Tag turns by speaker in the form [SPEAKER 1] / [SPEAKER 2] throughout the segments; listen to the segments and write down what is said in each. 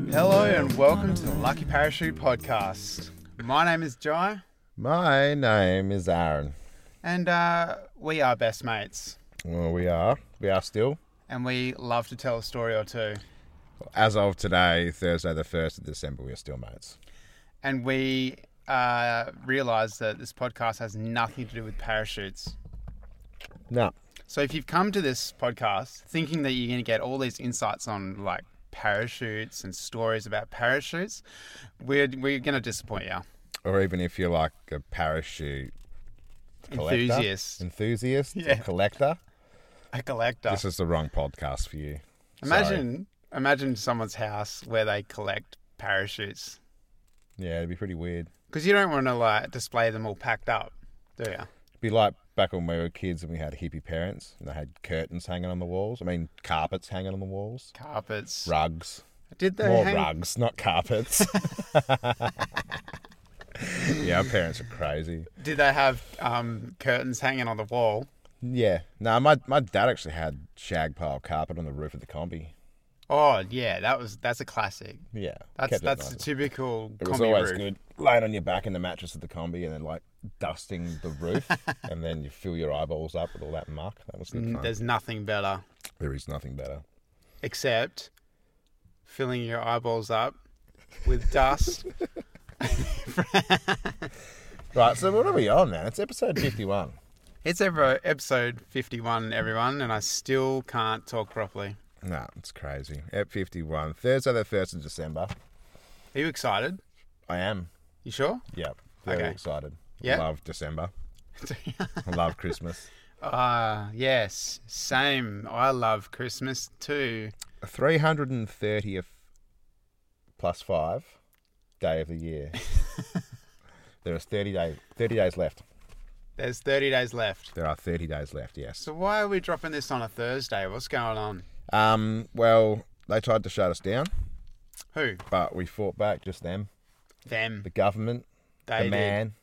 [SPEAKER 1] and welcome to the Lucky Parachute Podcast. My name is Jai,
[SPEAKER 2] My name is Aaron.
[SPEAKER 1] and uh, we are best mates,
[SPEAKER 2] Well, we are. We are still.
[SPEAKER 1] and we love to tell a story or two.
[SPEAKER 2] As of today, Thursday the 1st of December, we are still mates.
[SPEAKER 1] And we uh, realize that this podcast has nothing to do with parachutes.
[SPEAKER 2] No.
[SPEAKER 1] So if you've come to this podcast thinking that you're going to get all these insights on like parachutes and stories about parachutes, we're, we're going to disappoint you.
[SPEAKER 2] Or even if you're like a parachute collector,
[SPEAKER 1] Enthusiast,
[SPEAKER 2] enthusiast, or
[SPEAKER 1] Yeah.
[SPEAKER 2] collector,
[SPEAKER 1] a collector.
[SPEAKER 2] this is the wrong podcast for you. Sorry.
[SPEAKER 1] Imagine, imagine someone's house where they collect parachutes
[SPEAKER 2] Yeah, it'd be pretty weird.
[SPEAKER 1] because you don't want to like display them all packed up, do you?
[SPEAKER 2] It'd be like back when we were kids and we had hippie parents and they had curtains hanging on the walls. I mean, carpets hanging on the walls,
[SPEAKER 1] Carpets.
[SPEAKER 2] rugs.
[SPEAKER 1] Did they
[SPEAKER 2] More
[SPEAKER 1] hang?
[SPEAKER 2] rugs, not carpets. yeah, our parents are crazy.
[SPEAKER 1] Did they have um, curtains hanging on the wall?
[SPEAKER 2] Yeah. No, my, my dad actually had shag pile carpet on the roof of the combi.
[SPEAKER 1] Oh yeah, that was that's a classic.
[SPEAKER 2] Yeah.
[SPEAKER 1] That's
[SPEAKER 2] kept it
[SPEAKER 1] that's
[SPEAKER 2] nice.
[SPEAKER 1] the typical
[SPEAKER 2] It was
[SPEAKER 1] combi
[SPEAKER 2] always
[SPEAKER 1] roof.
[SPEAKER 2] good. Laying on your back in the mattress of the combi and then like dusting the roof and then you fill your eyeballs up with all that muck. Mm, That was good
[SPEAKER 1] N-
[SPEAKER 2] fun.
[SPEAKER 1] Mm, There's nothing better
[SPEAKER 2] There is nothing better.
[SPEAKER 1] except filling your eyeballs up with dust.
[SPEAKER 2] Right, so what are we on, man? It's episode 51.
[SPEAKER 1] It's ever episode 51, everyone, and I still can't talk properly.
[SPEAKER 2] nah, it's crazy. At 51, Thursday the 1st of December.
[SPEAKER 1] Are you excited?
[SPEAKER 2] I am.
[SPEAKER 1] You sure?
[SPEAKER 2] Yeah. Very
[SPEAKER 1] Okay.
[SPEAKER 2] excited.
[SPEAKER 1] Yeah?
[SPEAKER 2] Love December. I love Christmas.
[SPEAKER 1] Ah, yes, same. I love Christmas too.
[SPEAKER 2] 330th plus five day of the year. there is 30 days 30 days left.
[SPEAKER 1] There's 30 days left.
[SPEAKER 2] There are 30 days left, yes.
[SPEAKER 1] So why are we dropping this on a Thursday? What's going on?
[SPEAKER 2] Um, well, they tried to shut us down,
[SPEAKER 1] Who?
[SPEAKER 2] but we fought back just them.
[SPEAKER 1] Them.
[SPEAKER 2] The government,
[SPEAKER 1] They
[SPEAKER 2] the
[SPEAKER 1] did.
[SPEAKER 2] man,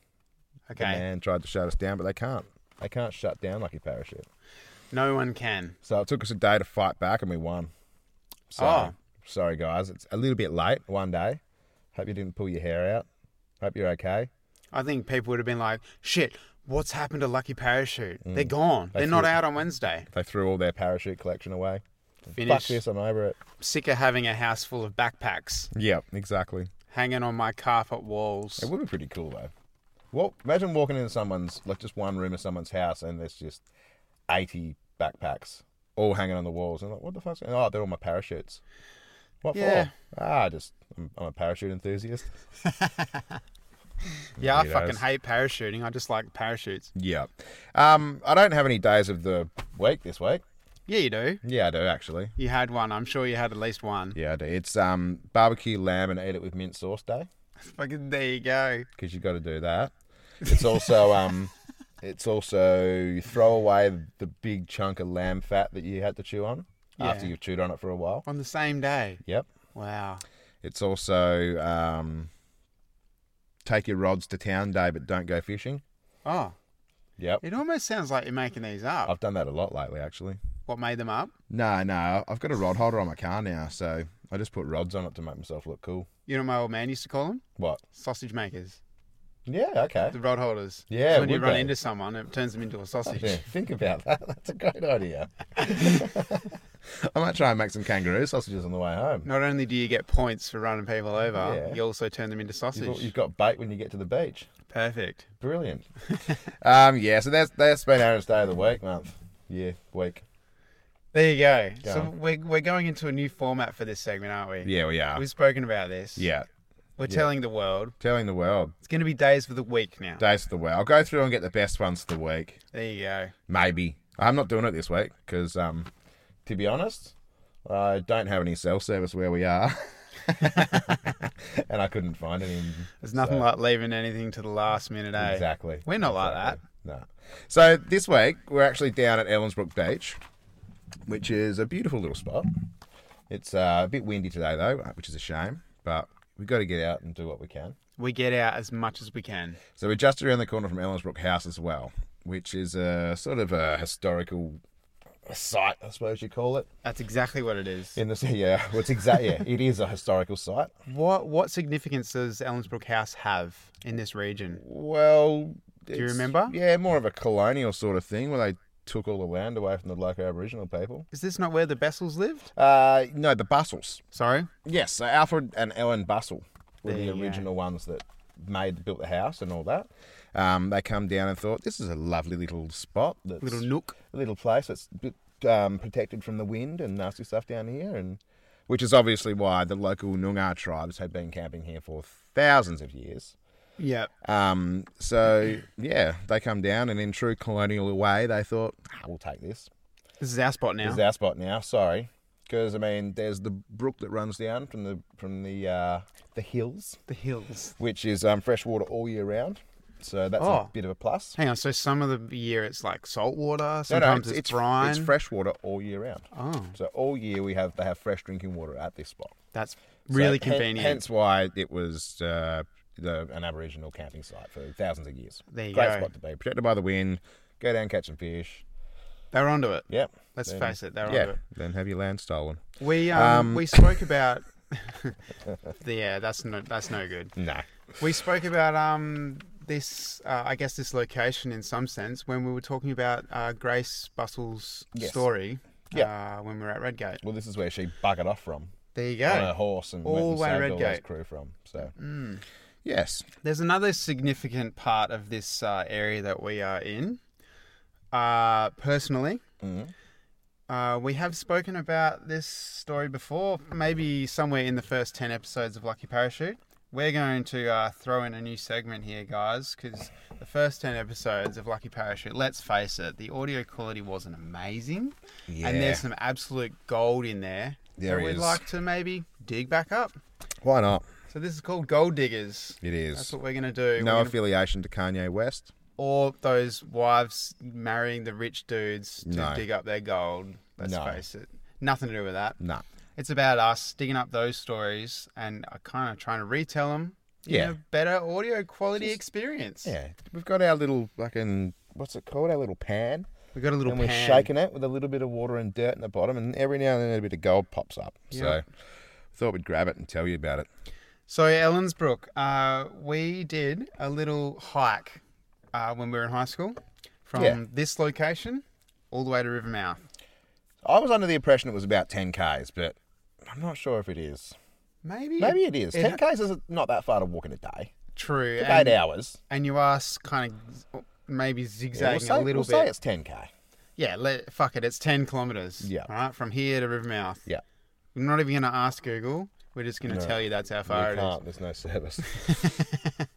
[SPEAKER 1] Okay.
[SPEAKER 2] the man tried to shut us down, but they can't. They can't shut down Lucky Parachute.
[SPEAKER 1] No one can.
[SPEAKER 2] So it took us a day to fight back and we won. So,
[SPEAKER 1] Oh.
[SPEAKER 2] sorry guys, it's a little bit late, one day. Hope you didn't pull your hair out. Hope you're okay.
[SPEAKER 1] I think people would have been like, "Shit, what's happened to Lucky Parachute?
[SPEAKER 2] Mm.
[SPEAKER 1] They're gone. They're not out on Wednesday.
[SPEAKER 2] They threw all their parachute collection away. Fuck
[SPEAKER 1] Finished.
[SPEAKER 2] this, I'm over it.
[SPEAKER 1] Sick of having a house full of backpacks
[SPEAKER 2] Yeah, exactly.
[SPEAKER 1] hanging on my carpet walls.
[SPEAKER 2] It would be pretty cool though. Well, imagine walking into someone's like just one room of someone's house and there's just eighty backpacks all hanging on the walls and like what the fuck's going on? Oh, they're all my parachutes. What
[SPEAKER 1] Yeah.
[SPEAKER 2] for? Ah, just I'm, I'm a parachute enthusiast.
[SPEAKER 1] yeah, I
[SPEAKER 2] Weirdos.
[SPEAKER 1] fucking hate parachuting. I just like parachutes.
[SPEAKER 2] Yeah. Um, I don't have any days of the week this week.
[SPEAKER 1] Yeah, you do.
[SPEAKER 2] Yeah, I do actually.
[SPEAKER 1] You had one. I'm sure you had at least one.
[SPEAKER 2] Yeah, I do. It's um barbecue lamb and eat it with mint sauce day.
[SPEAKER 1] Fucking there you go.
[SPEAKER 2] because you've got to do that. It's also um, it's also throw away the big chunk of lamb fat that you had to chew on after
[SPEAKER 1] Yeah.
[SPEAKER 2] you've chewed on it for a while.
[SPEAKER 1] On the same day.
[SPEAKER 2] Yep.
[SPEAKER 1] Wow.
[SPEAKER 2] It's also um, take your rods to town day, but don't go fishing.
[SPEAKER 1] Oh,
[SPEAKER 2] Yep.
[SPEAKER 1] it almost sounds like you're making these up.
[SPEAKER 2] I've done that a lot lately, actually.
[SPEAKER 1] What made them up?
[SPEAKER 2] No, no, I've got a rod holder on my car now, so I just put rods on it to make myself look cool.
[SPEAKER 1] You know, what my old man used to call them
[SPEAKER 2] What?
[SPEAKER 1] sausage makers,
[SPEAKER 2] Yeah. Okay.
[SPEAKER 1] the rod holders.
[SPEAKER 2] Yeah,
[SPEAKER 1] So when you
[SPEAKER 2] would
[SPEAKER 1] run
[SPEAKER 2] they?
[SPEAKER 1] into someone, it turns them into a sausage.
[SPEAKER 2] Yeah, think about that. That's a great idea. I might try and make some kangaroo sausages on the way home.
[SPEAKER 1] Not only do you get points for running people over,
[SPEAKER 2] Yeah.
[SPEAKER 1] you also turn them into sausage.
[SPEAKER 2] You've, you've got bait when you get to the beach.
[SPEAKER 1] Perfect.
[SPEAKER 2] Brilliant. um, yeah, so that's that's been Aaron's day of the week, month, year, week.
[SPEAKER 1] There you go.
[SPEAKER 2] Go
[SPEAKER 1] so
[SPEAKER 2] on.
[SPEAKER 1] we're, we're going into a new format for this segment, aren't we?
[SPEAKER 2] Yeah, we are.
[SPEAKER 1] We've spoken about this.
[SPEAKER 2] Yeah,
[SPEAKER 1] We're telling the world.
[SPEAKER 2] telling the world
[SPEAKER 1] It's going to be days of the week now.
[SPEAKER 2] days of the week. I'll go through and get the best ones of the week.
[SPEAKER 1] There you go.
[SPEAKER 2] Maybe I'm not doing it this week because, um, to be honest, I don't have any cell service where we are, and I couldn't find any.
[SPEAKER 1] There's nothing like leaving anything to the last minute, eh?
[SPEAKER 2] Exactly.
[SPEAKER 1] We're not like that.
[SPEAKER 2] No. So this week we're actually down at Ellensbrook Beach, which is a beautiful little spot. It's uh, a bit windy today though, which is a shame, but we've got to get out and do what we can.
[SPEAKER 1] We get out as much as we can.
[SPEAKER 2] So we're just around the corner from Ellensbrook House as well, which is a sort of a historical a site, I suppose you call it.
[SPEAKER 1] That's exactly what it is.
[SPEAKER 2] In the yeah, well, it's exactly yeah, it is a historical site.
[SPEAKER 1] What what significance does Ellensbrook House have in this region?
[SPEAKER 2] Well, do
[SPEAKER 1] you remember?
[SPEAKER 2] Yeah, more of a colonial sort of thing where they took all the land away from the local Aboriginal people.
[SPEAKER 1] Is this not where the Bessels lived?
[SPEAKER 2] Uh, no, the Bustles.
[SPEAKER 1] Sorry.
[SPEAKER 2] Yes, so Alfred and Ellen Bustle were
[SPEAKER 1] There
[SPEAKER 2] the
[SPEAKER 1] you go.
[SPEAKER 2] original ones that made built the house and all that. Um, they come down and thought this is a lovely little spot, that's
[SPEAKER 1] Little nook.
[SPEAKER 2] a little place that's a bit, um, protected from the wind and nasty stuff down here, and which is obviously why the local Noongar tribes had been camping here for thousands of years.
[SPEAKER 1] Yeah.
[SPEAKER 2] Um, so yeah, they come down, and in true colonial way, they thought ah, we'll take this.
[SPEAKER 1] This is our spot now.
[SPEAKER 2] This is our spot now. Sorry, because I mean, there's the brook that runs down from the from the uh, the hills,
[SPEAKER 1] the hills.
[SPEAKER 2] which is um, fresh water all year round. So that's a
[SPEAKER 1] Oh.
[SPEAKER 2] bit of a plus.
[SPEAKER 1] Hang on. So some of the year it's like salt water.
[SPEAKER 2] No,
[SPEAKER 1] Sometimes
[SPEAKER 2] no,
[SPEAKER 1] it's,
[SPEAKER 2] it's
[SPEAKER 1] brine.
[SPEAKER 2] It's fresh water all year round.
[SPEAKER 1] Oh,
[SPEAKER 2] So all year we have they have fresh drinking water at this spot.
[SPEAKER 1] that's
[SPEAKER 2] So
[SPEAKER 1] really
[SPEAKER 2] hen-
[SPEAKER 1] convenient.
[SPEAKER 2] hence why it was uh, the, an Aboriginal camping site for thousands of years.
[SPEAKER 1] There you
[SPEAKER 2] Great
[SPEAKER 1] go.
[SPEAKER 2] spot to be. Protected by the wind. Go down, catch some fish.
[SPEAKER 1] They're onto it.
[SPEAKER 2] Yep.
[SPEAKER 1] Let's
[SPEAKER 2] Then-
[SPEAKER 1] face it. They're
[SPEAKER 2] yeah.
[SPEAKER 1] onto it.
[SPEAKER 2] Then have your land stolen.
[SPEAKER 1] We um,
[SPEAKER 2] Um,
[SPEAKER 1] we spoke about. yeah, that's no that's no good.
[SPEAKER 2] No.
[SPEAKER 1] We spoke about um this uh, I guess this location in some sense when we were talking about uh, Grace Bustle's
[SPEAKER 2] Yes.
[SPEAKER 1] story.
[SPEAKER 2] Yeah.
[SPEAKER 1] Uh, when we were at Redgate.
[SPEAKER 2] Well, this is where she buggered off from
[SPEAKER 1] There you
[SPEAKER 2] on her
[SPEAKER 1] go.
[SPEAKER 2] horse and
[SPEAKER 1] All the way
[SPEAKER 2] went and saved all those
[SPEAKER 1] Redgate.
[SPEAKER 2] crew from. So.
[SPEAKER 1] Mm.
[SPEAKER 2] Yes.
[SPEAKER 1] There's another significant part of this uh, area that we are in. Uh, personally,
[SPEAKER 2] Mhm.
[SPEAKER 1] uh, we have spoken about this story before, maybe somewhere in the first 10 episodes of Lucky Parachute. We're going to uh, throw in a new segment here, guys, because the first 10 episodes of Lucky Parachute, let's face it, the audio quality wasn't amazing.
[SPEAKER 2] Yeah.
[SPEAKER 1] And there's some absolute gold in there
[SPEAKER 2] There
[SPEAKER 1] that we'd
[SPEAKER 2] is.
[SPEAKER 1] like to maybe dig back up.
[SPEAKER 2] Why not?
[SPEAKER 1] So this is called Gold Diggers.
[SPEAKER 2] It is.
[SPEAKER 1] That's what we're going to do.
[SPEAKER 2] no
[SPEAKER 1] We're gonna-
[SPEAKER 2] affiliation to Kanye West.
[SPEAKER 1] or those wives marrying the rich dudes to
[SPEAKER 2] No.
[SPEAKER 1] dig up their gold. Let's
[SPEAKER 2] No.
[SPEAKER 1] face it. Nothing to do with that.
[SPEAKER 2] No.
[SPEAKER 1] It's about us digging up those stories and uh, kind of trying to retell them
[SPEAKER 2] Yeah.
[SPEAKER 1] in a better audio quality experience.
[SPEAKER 2] Yeah. We've got our little fucking what's it called? Our little pan.
[SPEAKER 1] We got a little
[SPEAKER 2] and we're
[SPEAKER 1] pan.
[SPEAKER 2] shaking it with a little bit of water and dirt in the bottom, and every now and then a bit of gold pops up. So,
[SPEAKER 1] Yeah.
[SPEAKER 2] thought we'd grab it and tell you about it.
[SPEAKER 1] So Ellensbrook, uh, we did a little hike uh, when we were in high school from
[SPEAKER 2] Yeah.
[SPEAKER 1] this location all the way to Rivermouth.
[SPEAKER 2] I was under the impression it was about 10 k's, but I'm not sure if it is.
[SPEAKER 1] Maybe
[SPEAKER 2] Maybe it is.
[SPEAKER 1] It-
[SPEAKER 2] 10 k's is not that far to walk in a day.
[SPEAKER 1] true.
[SPEAKER 2] Eight
[SPEAKER 1] and,
[SPEAKER 2] hours.
[SPEAKER 1] and you asked kind of maybe
[SPEAKER 2] Yeah, we'll
[SPEAKER 1] zigzagging
[SPEAKER 2] say,
[SPEAKER 1] a little
[SPEAKER 2] we'll say
[SPEAKER 1] bit.
[SPEAKER 2] it's 10 k.
[SPEAKER 1] Yeah, let, fuck it. It's 10 kilometers.
[SPEAKER 2] Yeah.
[SPEAKER 1] All right, from here to Rivermouth.
[SPEAKER 2] Yeah.
[SPEAKER 1] We're not even going to ask Google. We're just going to tell you that's how far
[SPEAKER 2] you
[SPEAKER 1] it is.
[SPEAKER 2] can't. There's no service.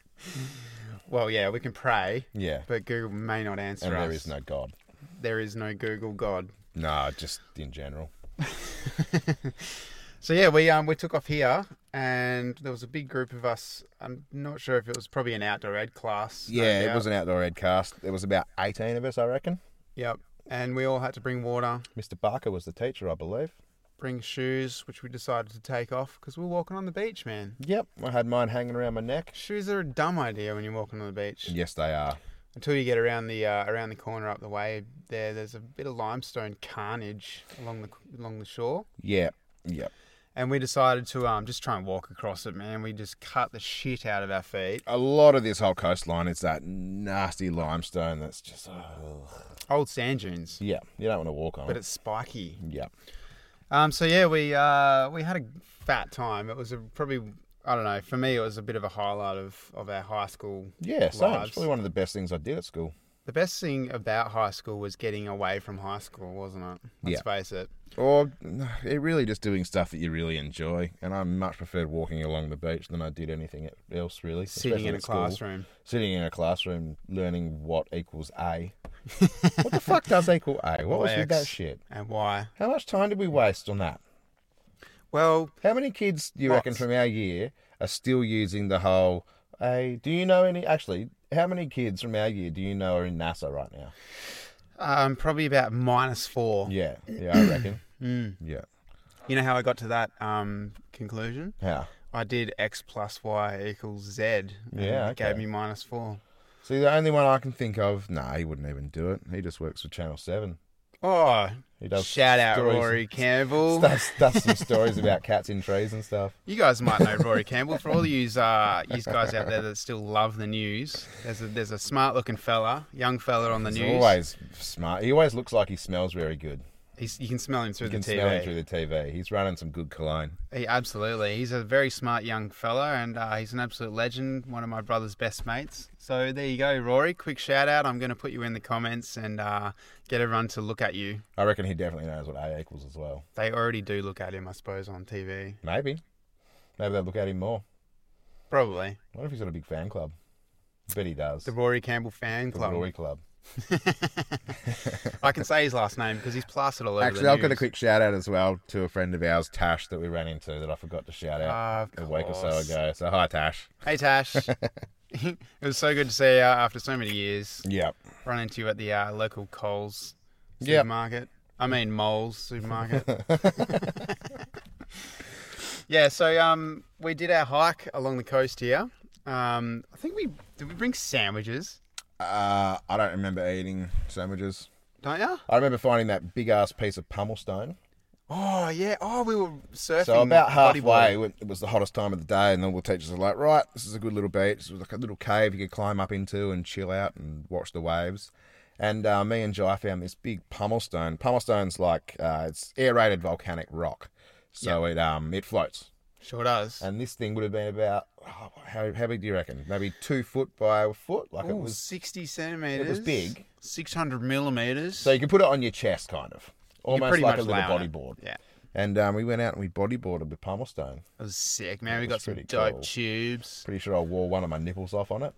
[SPEAKER 1] Well, yeah, we can pray,
[SPEAKER 2] yeah.
[SPEAKER 1] but Google may not answer
[SPEAKER 2] and
[SPEAKER 1] us.
[SPEAKER 2] there is no God.
[SPEAKER 1] There is no Google God.
[SPEAKER 2] No, just in general.
[SPEAKER 1] So yeah, we um we took off here, and there was a big group of us. I'm not sure if it was probably an outdoor ed class. no
[SPEAKER 2] Yeah, it
[SPEAKER 1] doubt.
[SPEAKER 2] was an outdoor ed cast. There was about 18 of us, I reckon.
[SPEAKER 1] Yep. And we all had to bring water,
[SPEAKER 2] Mr. Barker was the teacher, I believe.
[SPEAKER 1] bring shoes, which we decided to take off because we're walking on the beach, man.
[SPEAKER 2] Yep, I had mine hanging around my neck.
[SPEAKER 1] Shoes are a dumb idea when you're walking on the beach.
[SPEAKER 2] Yes, they are.
[SPEAKER 1] until you get around the uh, around the corner up the way there there's a bit of limestone carnage along the along the shore
[SPEAKER 2] Yeah, yeah.
[SPEAKER 1] and we decided to um just try and walk across it man we just cut the shit out of our feet
[SPEAKER 2] A lot of this whole coastline is that nasty limestone that's just. ugh.
[SPEAKER 1] old sand dunes
[SPEAKER 2] Yeah, you don't want to walk on
[SPEAKER 1] but
[SPEAKER 2] it.
[SPEAKER 1] it's spiky
[SPEAKER 2] Yeah.
[SPEAKER 1] um so yeah we uh we had a fat time it was a probably I don't know for me it was a bit of a highlight of of our high school
[SPEAKER 2] Yeah, so it's
[SPEAKER 1] lives.
[SPEAKER 2] probably one of the best things I did at school.
[SPEAKER 1] the best thing about high school was getting away from high school wasn't it let's
[SPEAKER 2] Yeah.
[SPEAKER 1] face it
[SPEAKER 2] Or it really just doing stuff that you really enjoy. And I much preferred walking along the beach than I did anything e-, else, really.
[SPEAKER 1] sitting
[SPEAKER 2] especially
[SPEAKER 1] in a
[SPEAKER 2] at school.
[SPEAKER 1] classroom
[SPEAKER 2] Sitting in a classroom learning what equals A. what the fuck does equal A? What was with that
[SPEAKER 1] X.
[SPEAKER 2] shit?
[SPEAKER 1] and why
[SPEAKER 2] How much time did we waste on that?
[SPEAKER 1] well
[SPEAKER 2] How many kids do you reckon
[SPEAKER 1] Lots.
[SPEAKER 2] from our year are still using the whole? Hey, do you know any? Actually, how many kids from our year do you know are in NASA right now?
[SPEAKER 1] Um, probably about minus four.
[SPEAKER 2] Yeah, yeah, I reckon.
[SPEAKER 1] Mm.
[SPEAKER 2] Yeah.
[SPEAKER 1] You know how I got to that um, conclusion?
[SPEAKER 2] How?
[SPEAKER 1] I did x plus y equals z. and
[SPEAKER 2] Yeah,
[SPEAKER 1] it gave
[SPEAKER 2] okay.
[SPEAKER 1] me minus four.
[SPEAKER 2] See, the only one I can think of. Nah, he wouldn't even do it. He just works for Channel Seven.
[SPEAKER 1] Oh,
[SPEAKER 2] He does
[SPEAKER 1] Shout out
[SPEAKER 2] stories-
[SPEAKER 1] Rory Campbell.
[SPEAKER 2] Stuff, stuff some stories about cats in trees and stuff.
[SPEAKER 1] You guys might know Rory Campbell. For all you uh, yous guys out there that still love the news, there's a, there's a smart looking fella, young fella on the
[SPEAKER 2] He's
[SPEAKER 1] news.
[SPEAKER 2] always smart. He always looks like he smells very good.
[SPEAKER 1] He's, you can smell him through
[SPEAKER 2] You can
[SPEAKER 1] the TV.
[SPEAKER 2] smell him through the TV. He's running some good cologne.
[SPEAKER 1] He, absolutely. He's a very smart young fella and uh, he's an absolute legend, one of my brother's best mates. So there you go, Rory. Quick shout out. I'm going to put you in the comments and uh, get everyone to look at you.
[SPEAKER 2] I reckon he definitely knows what A equals as well.
[SPEAKER 1] They already do look at him, I suppose, on TV.
[SPEAKER 2] Maybe. Maybe they'll look at him more.
[SPEAKER 1] Probably.
[SPEAKER 2] What if he's got a big fan club? bet he does.
[SPEAKER 1] The Rory Campbell fan
[SPEAKER 2] The
[SPEAKER 1] club.
[SPEAKER 2] Rory Club.
[SPEAKER 1] I can say his last name because he's plastered all over
[SPEAKER 2] Actually,
[SPEAKER 1] the
[SPEAKER 2] I've got a
[SPEAKER 1] news.
[SPEAKER 2] quick shout out as well to a friend of ours, Tash, that we ran into that I forgot to shout out
[SPEAKER 1] Uh, Of
[SPEAKER 2] a week or so
[SPEAKER 1] Ah, course.
[SPEAKER 2] ago. So, hi, Tash.
[SPEAKER 1] Hey, Tash. it was so good to see you after so many years.
[SPEAKER 2] Yep.
[SPEAKER 1] Run into you at the uh, local Coles
[SPEAKER 2] Yep.
[SPEAKER 1] supermarket. I mean, Moles supermarket. yeah, so um, we did our hike along the coast here. Um, I think we did we bring sandwiches,
[SPEAKER 2] Uh, I don't remember eating sandwiches.
[SPEAKER 1] don't you?
[SPEAKER 2] I remember finding that big ass piece of pummel stone.
[SPEAKER 1] Oh yeah. Oh, we were surfing.
[SPEAKER 2] So about halfway,
[SPEAKER 1] bodyboard.
[SPEAKER 2] when it was the hottest time of the day, and all the teachers were like, "Right, this is a good little beach. This was like a little cave you could climb up into and chill out and watch the waves." And uh, me and Jai found this big pummel stone. Pummel stone's like uh, it's aerated volcanic rock, so it um it floats.
[SPEAKER 1] Sure does.
[SPEAKER 2] And this thing would have been about oh, how how big do you reckon? Maybe two foot by a foot, like it
[SPEAKER 1] Ooh,
[SPEAKER 2] was.
[SPEAKER 1] sixty centimeters.
[SPEAKER 2] big.
[SPEAKER 1] Six hundred millimeters.
[SPEAKER 2] So you could put it on your chest, kind of,
[SPEAKER 1] You're
[SPEAKER 2] almost
[SPEAKER 1] pretty
[SPEAKER 2] like a
[SPEAKER 1] much
[SPEAKER 2] little
[SPEAKER 1] laying it.
[SPEAKER 2] bodyboard.
[SPEAKER 1] Yeah.
[SPEAKER 2] And um, we went out and we bodyboarded with pummel stone.
[SPEAKER 1] It was sick, man. We
[SPEAKER 2] was
[SPEAKER 1] got some
[SPEAKER 2] pretty
[SPEAKER 1] dope
[SPEAKER 2] cool.
[SPEAKER 1] tubes.
[SPEAKER 2] Pretty sure I wore one of my nipples off on it.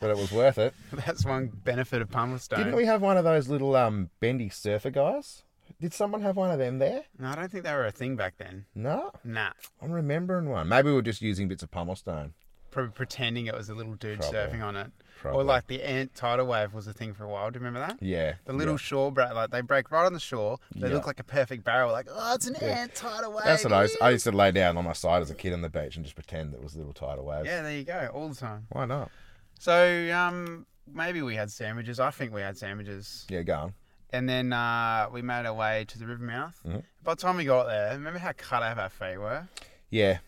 [SPEAKER 2] but it was worth it.
[SPEAKER 1] That's one benefit of pumice stone.
[SPEAKER 2] Didn't we have one of those little um, bendy surfer guys? Did someone have one of them there?
[SPEAKER 1] No, I don't think they were a thing back then.
[SPEAKER 2] No,
[SPEAKER 1] Nah.
[SPEAKER 2] I'm remembering one. Maybe we were just using bits of pummel stone.
[SPEAKER 1] Probably pretending it was a little dude
[SPEAKER 2] Probably.
[SPEAKER 1] surfing on it.
[SPEAKER 2] Probably.
[SPEAKER 1] Or like the ant tidal wave was a thing for a while. Do you remember that?
[SPEAKER 2] Yeah.
[SPEAKER 1] The little shore break, like they break right on the shore. They
[SPEAKER 2] Yeah.
[SPEAKER 1] look like a perfect barrel. Like, oh, it's an ant tidal wave.
[SPEAKER 2] yeah. That's what I used, I used to lay down on my side as a kid on the beach and just pretend that it was little tidal waves.
[SPEAKER 1] Yeah, there you go, all the time.
[SPEAKER 2] Why not?
[SPEAKER 1] So, um, maybe we had sandwiches. I think we had sandwiches.
[SPEAKER 2] Yeah, go on.
[SPEAKER 1] And then uh, we made our way to the river mouth.
[SPEAKER 2] Mm-hmm.
[SPEAKER 1] By the time we got there, remember how cut out our feet were?
[SPEAKER 2] Yeah.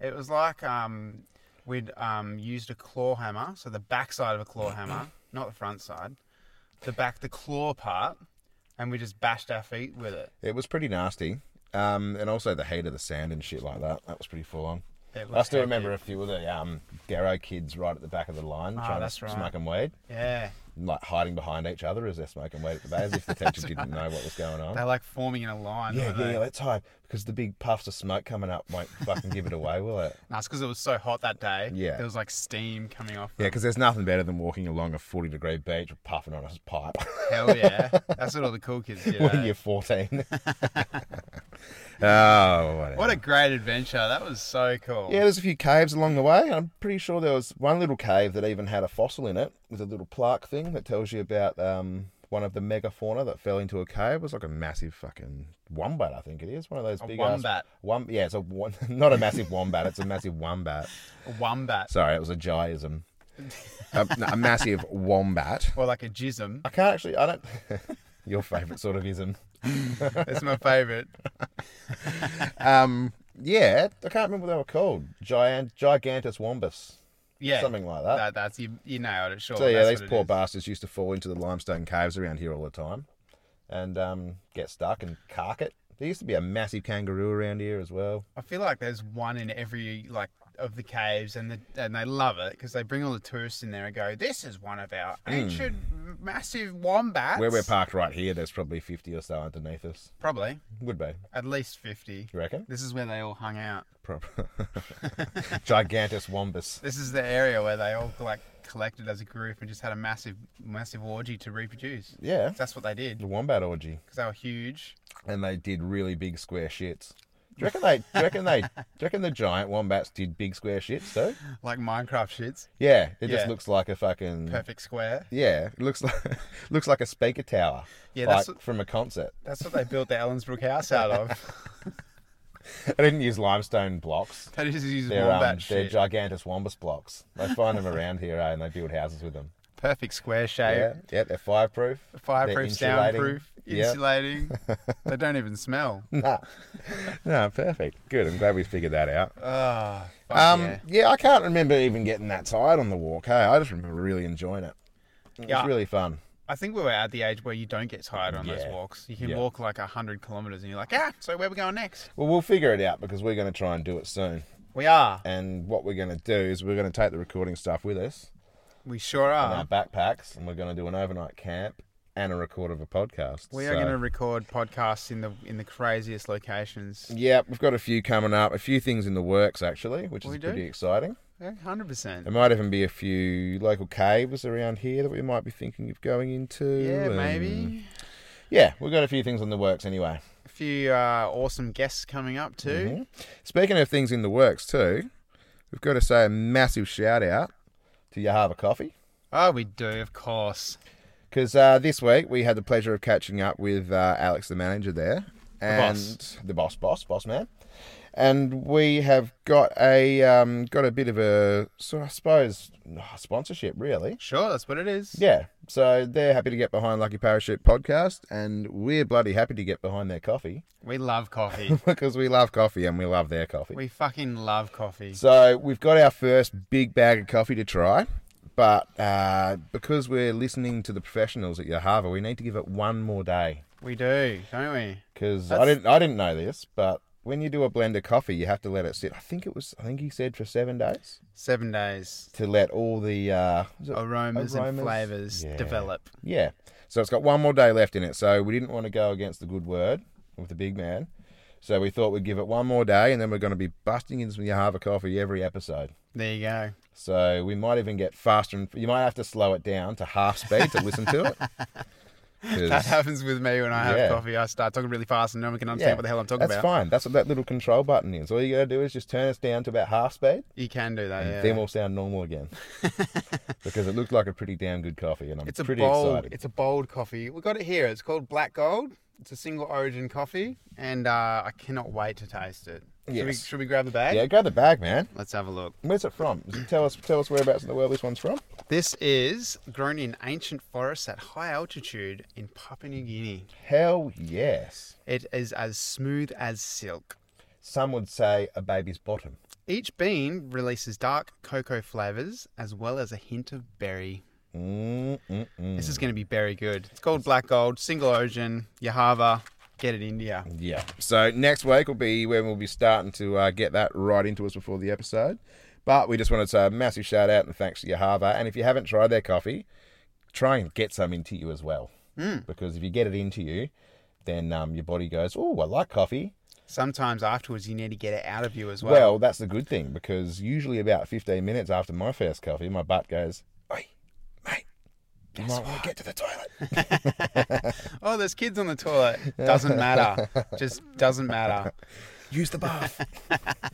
[SPEAKER 1] It was like um, we'd um, used a claw hammer, so the back side of a claw hammer, not the front side, the back, the claw part, and we just bashed our feet with it.
[SPEAKER 2] It was pretty nasty. Um, and also the heat of the sand and shit like that. That was pretty full on.
[SPEAKER 1] It
[SPEAKER 2] I
[SPEAKER 1] was hectic.
[SPEAKER 2] still remember a few of the um, Darrow kids right at the back of the line trying
[SPEAKER 1] that's
[SPEAKER 2] to
[SPEAKER 1] right.
[SPEAKER 2] smoke and weed,
[SPEAKER 1] Yeah,
[SPEAKER 2] like hiding behind each other as they're smoking weed at the bay, as if the teacher didn't know what was going on.
[SPEAKER 1] they're like forming in a line.
[SPEAKER 2] yeah,
[SPEAKER 1] weren't
[SPEAKER 2] yeah,
[SPEAKER 1] they?
[SPEAKER 2] yeah, let's hide because the big puffs of smoke coming up won't fucking give it away, will it?
[SPEAKER 1] No, it's because it was so hot that day.
[SPEAKER 2] Yeah.
[SPEAKER 1] there was like steam coming off.
[SPEAKER 2] Yeah, because there's nothing better than walking along a 40 degree beach puffing on a pipe
[SPEAKER 1] Hell yeah, that's what all the cool kids did.
[SPEAKER 2] when
[SPEAKER 1] eh?
[SPEAKER 2] you're 14. oh, whatever.
[SPEAKER 1] What a great adventure! That was so cool.
[SPEAKER 2] Yeah, there's a few caves along the way. I'm pretty sure there was one little cave that even had a fossil in it with a little plaque thing that tells you about um, one of the megafauna that fell into a cave. It was like a massive fucking wombat, I think it is. One of those
[SPEAKER 1] A
[SPEAKER 2] big
[SPEAKER 1] wombat.
[SPEAKER 2] Ass, wom- yeah, it's a wom- not a massive wombat. It's a massive wombat.
[SPEAKER 1] A wombat
[SPEAKER 2] Sorry, it was a jaiism. a, no, a massive wombat.
[SPEAKER 1] or like a jism.
[SPEAKER 2] I can't actually. I don't. Your favourite sort of ism.
[SPEAKER 1] That's my favorite.
[SPEAKER 2] Um, yeah, I can't remember what they were called. Giant, gigantus wombus,
[SPEAKER 1] Yeah,
[SPEAKER 2] something like
[SPEAKER 1] that, that's you. You nailed it. Sure.
[SPEAKER 2] So yeah,
[SPEAKER 1] Oh, that's
[SPEAKER 2] these
[SPEAKER 1] what it
[SPEAKER 2] poor
[SPEAKER 1] is.
[SPEAKER 2] bastards used to fall into the limestone caves around here all the time, and um, get stuck and cark it. There used to be a massive kangaroo around here as well.
[SPEAKER 1] I feel like there's one in every like of the caves, and the, and they love it because they bring all the tourists in there and go, "This is one of our ancient massive wombats."
[SPEAKER 2] Hmm. Where we're parked right here, there's probably fifty or so underneath us.
[SPEAKER 1] probably
[SPEAKER 2] Would be,
[SPEAKER 1] at least fifty.
[SPEAKER 2] you reckon?
[SPEAKER 1] This is where they all hung out.
[SPEAKER 2] Prob- Gigantus wombus.
[SPEAKER 1] This is the area where they all like collected as a group and just had a massive, massive orgy to reproduce.
[SPEAKER 2] Yeah,
[SPEAKER 1] That's what they did
[SPEAKER 2] the wombat orgy,
[SPEAKER 1] because they were huge.
[SPEAKER 2] and they did really big square shits. Do you reckon they? Do you reckon they? Do you reckon the giant wombats did big square shits too?
[SPEAKER 1] Like Minecraft shits,
[SPEAKER 2] Yeah, it just
[SPEAKER 1] Yeah.
[SPEAKER 2] looks like a fucking.
[SPEAKER 1] perfect square.
[SPEAKER 2] Yeah, it looks like looks like a speaker tower.
[SPEAKER 1] Yeah,
[SPEAKER 2] like
[SPEAKER 1] that's what-
[SPEAKER 2] from a concert.
[SPEAKER 1] That's what they built the Ellensbrook house out of.
[SPEAKER 2] I didn't use limestone blocks.
[SPEAKER 1] They just used
[SPEAKER 2] They're,
[SPEAKER 1] wombat
[SPEAKER 2] um, they're
[SPEAKER 1] shit.
[SPEAKER 2] gigantus wombus blocks. They find them around here, eh, and they build houses with them.
[SPEAKER 1] perfect square shape.
[SPEAKER 2] Yeah, yeah, they're fireproof.
[SPEAKER 1] Fireproof,
[SPEAKER 2] they're insulating.
[SPEAKER 1] soundproof.
[SPEAKER 2] Yeah.
[SPEAKER 1] insulating. they don't even smell.
[SPEAKER 2] no, no, perfect. Good. I'm glad we figured that out.
[SPEAKER 1] Ah, fuck
[SPEAKER 2] Um, yeah.
[SPEAKER 1] yeah.
[SPEAKER 2] I can't remember even getting that tired on the walk. Hey, I just remember really enjoying it. It
[SPEAKER 1] Yeah.
[SPEAKER 2] was really fun.
[SPEAKER 1] I think we were at the age where you don't get tired on those
[SPEAKER 2] Yeah.
[SPEAKER 1] walks. You can
[SPEAKER 2] Yeah.
[SPEAKER 1] walk like hundred kilometers, and you're like, ah. So where we going next?
[SPEAKER 2] Well, we'll figure it out because we're going to try and do it soon.
[SPEAKER 1] We are.
[SPEAKER 2] And what we're going to do is we're going to take the recording stuff with us
[SPEAKER 1] We sure
[SPEAKER 2] in
[SPEAKER 1] are.
[SPEAKER 2] our backpacks, and we're going to do an overnight camp and a record of a podcast.
[SPEAKER 1] We are
[SPEAKER 2] So-
[SPEAKER 1] going to record podcasts in the in the craziest locations.
[SPEAKER 2] Yeah, we've got a few coming up, a few things in the works actually, which is
[SPEAKER 1] We do?
[SPEAKER 2] pretty exciting.
[SPEAKER 1] Hundred percent.
[SPEAKER 2] There might even be a few local caves around here that we might be thinking of going into.
[SPEAKER 1] Yeah,
[SPEAKER 2] and-
[SPEAKER 1] maybe
[SPEAKER 2] Yeah, we've got a few things in the works anyway.
[SPEAKER 1] a few uh, awesome guests coming up too.
[SPEAKER 2] Mhm. Speaking of things in the works too, we've got to say a massive shout out to Yahava Coffee
[SPEAKER 1] Oh, we do, of course.
[SPEAKER 2] because uh, this week we had the pleasure of catching up with uh, Alex, the manager there, and
[SPEAKER 1] boss.
[SPEAKER 2] the boss, boss, boss man, and we have got a um, got a bit of a sort of, I suppose oh, sponsorship really.
[SPEAKER 1] Sure, that's what it is.
[SPEAKER 2] Yeah, so they're happy to get behind Lucky Parachute podcast, and we're bloody happy to get behind their coffee
[SPEAKER 1] We love coffee.
[SPEAKER 2] because we love coffee and we love their coffee.
[SPEAKER 1] we fucking love coffee.
[SPEAKER 2] So we've got our first big bag of coffee to try, but uh, because we're listening to the professionals at Yahava, we need to give it one more day.
[SPEAKER 1] We do, don't we?
[SPEAKER 2] Because I
[SPEAKER 1] That's-
[SPEAKER 2] didn't, I didn't know this, but when you do a blend of coffee, you have to let it sit. I think it was, I think he said for seven days
[SPEAKER 1] Seven days,
[SPEAKER 2] to let all the uh, was it-
[SPEAKER 1] aromas, and
[SPEAKER 2] Aromas,
[SPEAKER 1] flavors
[SPEAKER 2] yeah.
[SPEAKER 1] develop.
[SPEAKER 2] yeah. So it's got one more day left in it. So we didn't want to go against the good word with the big man. So we thought we'd give it one more day, and then we're going to be busting in some Yahava coffee every episode.
[SPEAKER 1] There you go.
[SPEAKER 2] So we might even get faster, and you might have to slow it down to half speed to listen to it. 'Cause-
[SPEAKER 1] That happens with me when I have
[SPEAKER 2] Yeah.
[SPEAKER 1] coffee. I start talking really fast and no one can understand what the hell I'm talking
[SPEAKER 2] that's
[SPEAKER 1] about.
[SPEAKER 2] fine. That's what that little control button is. All you got to do is just turn us down to about half speed,
[SPEAKER 1] You can do that. Yeah.
[SPEAKER 2] then we'll sound normal again. because it looked like a pretty damn good coffee, and I'm
[SPEAKER 1] It's a
[SPEAKER 2] pretty
[SPEAKER 1] bold.
[SPEAKER 2] excited.
[SPEAKER 1] It's a bold coffee. We got it here. It's called Black Gold. It's a single origin coffee, and uh, I cannot wait to taste it. Should, we,
[SPEAKER 2] Yes.
[SPEAKER 1] should we grab the bag?
[SPEAKER 2] Yeah, grab the bag, man.
[SPEAKER 1] Let's have a look.
[SPEAKER 2] Where's it from? Does it tell us tell us whereabouts in the world this one's from.
[SPEAKER 1] This is grown in ancient forests at high altitude in Papua New Guinea.
[SPEAKER 2] Hell yes.
[SPEAKER 1] It is as smooth as silk.
[SPEAKER 2] Some would say a baby's bottom.
[SPEAKER 1] Each bean releases dark cocoa flavors as well as a hint of berry.
[SPEAKER 2] Mm, mm, mm.
[SPEAKER 1] This is going to be very good. It's called Black Gold, single origin, Yahava. Get it, India.
[SPEAKER 2] Yeah. So next week will be when we'll be starting to uh, get that right into us before the episode. But we just wanted to say a massive shout out and thanks to Yahava. And if you haven't tried their coffee, try and get some into you as well.
[SPEAKER 1] Hmm.
[SPEAKER 2] Because if you get it into you, then um, your body goes, oh, I like coffee.
[SPEAKER 1] Sometimes afterwards, you need to get it out of you as well.
[SPEAKER 2] Well, that's the good thing because usually about 15 minutes after my first coffee, my butt goes, hey, mate, you might want to get to the toilet.
[SPEAKER 1] oh, there's kids on the toilet. Doesn't matter. Just doesn't matter.
[SPEAKER 2] Use the bath.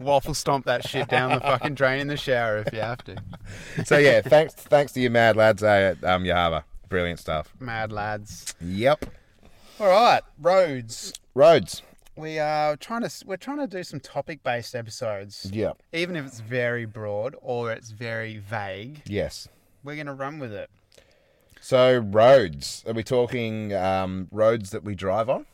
[SPEAKER 1] Waffle stomp that shit down the fucking drain in the shower if you have to.
[SPEAKER 2] so yeah, thanks thanks to you mad lads eh, at um, Yahava. Brilliant stuff.
[SPEAKER 1] Mad lads.
[SPEAKER 2] Yep.
[SPEAKER 1] All right, roads.
[SPEAKER 2] Roads.
[SPEAKER 1] We are trying to we're trying to do some topic based episodes.
[SPEAKER 2] Yeah.
[SPEAKER 1] Even if it's very broad or it's very vague,
[SPEAKER 2] Yes.
[SPEAKER 1] we're going to run with it.
[SPEAKER 2] So roads. Are we talking um, roads that we drive on,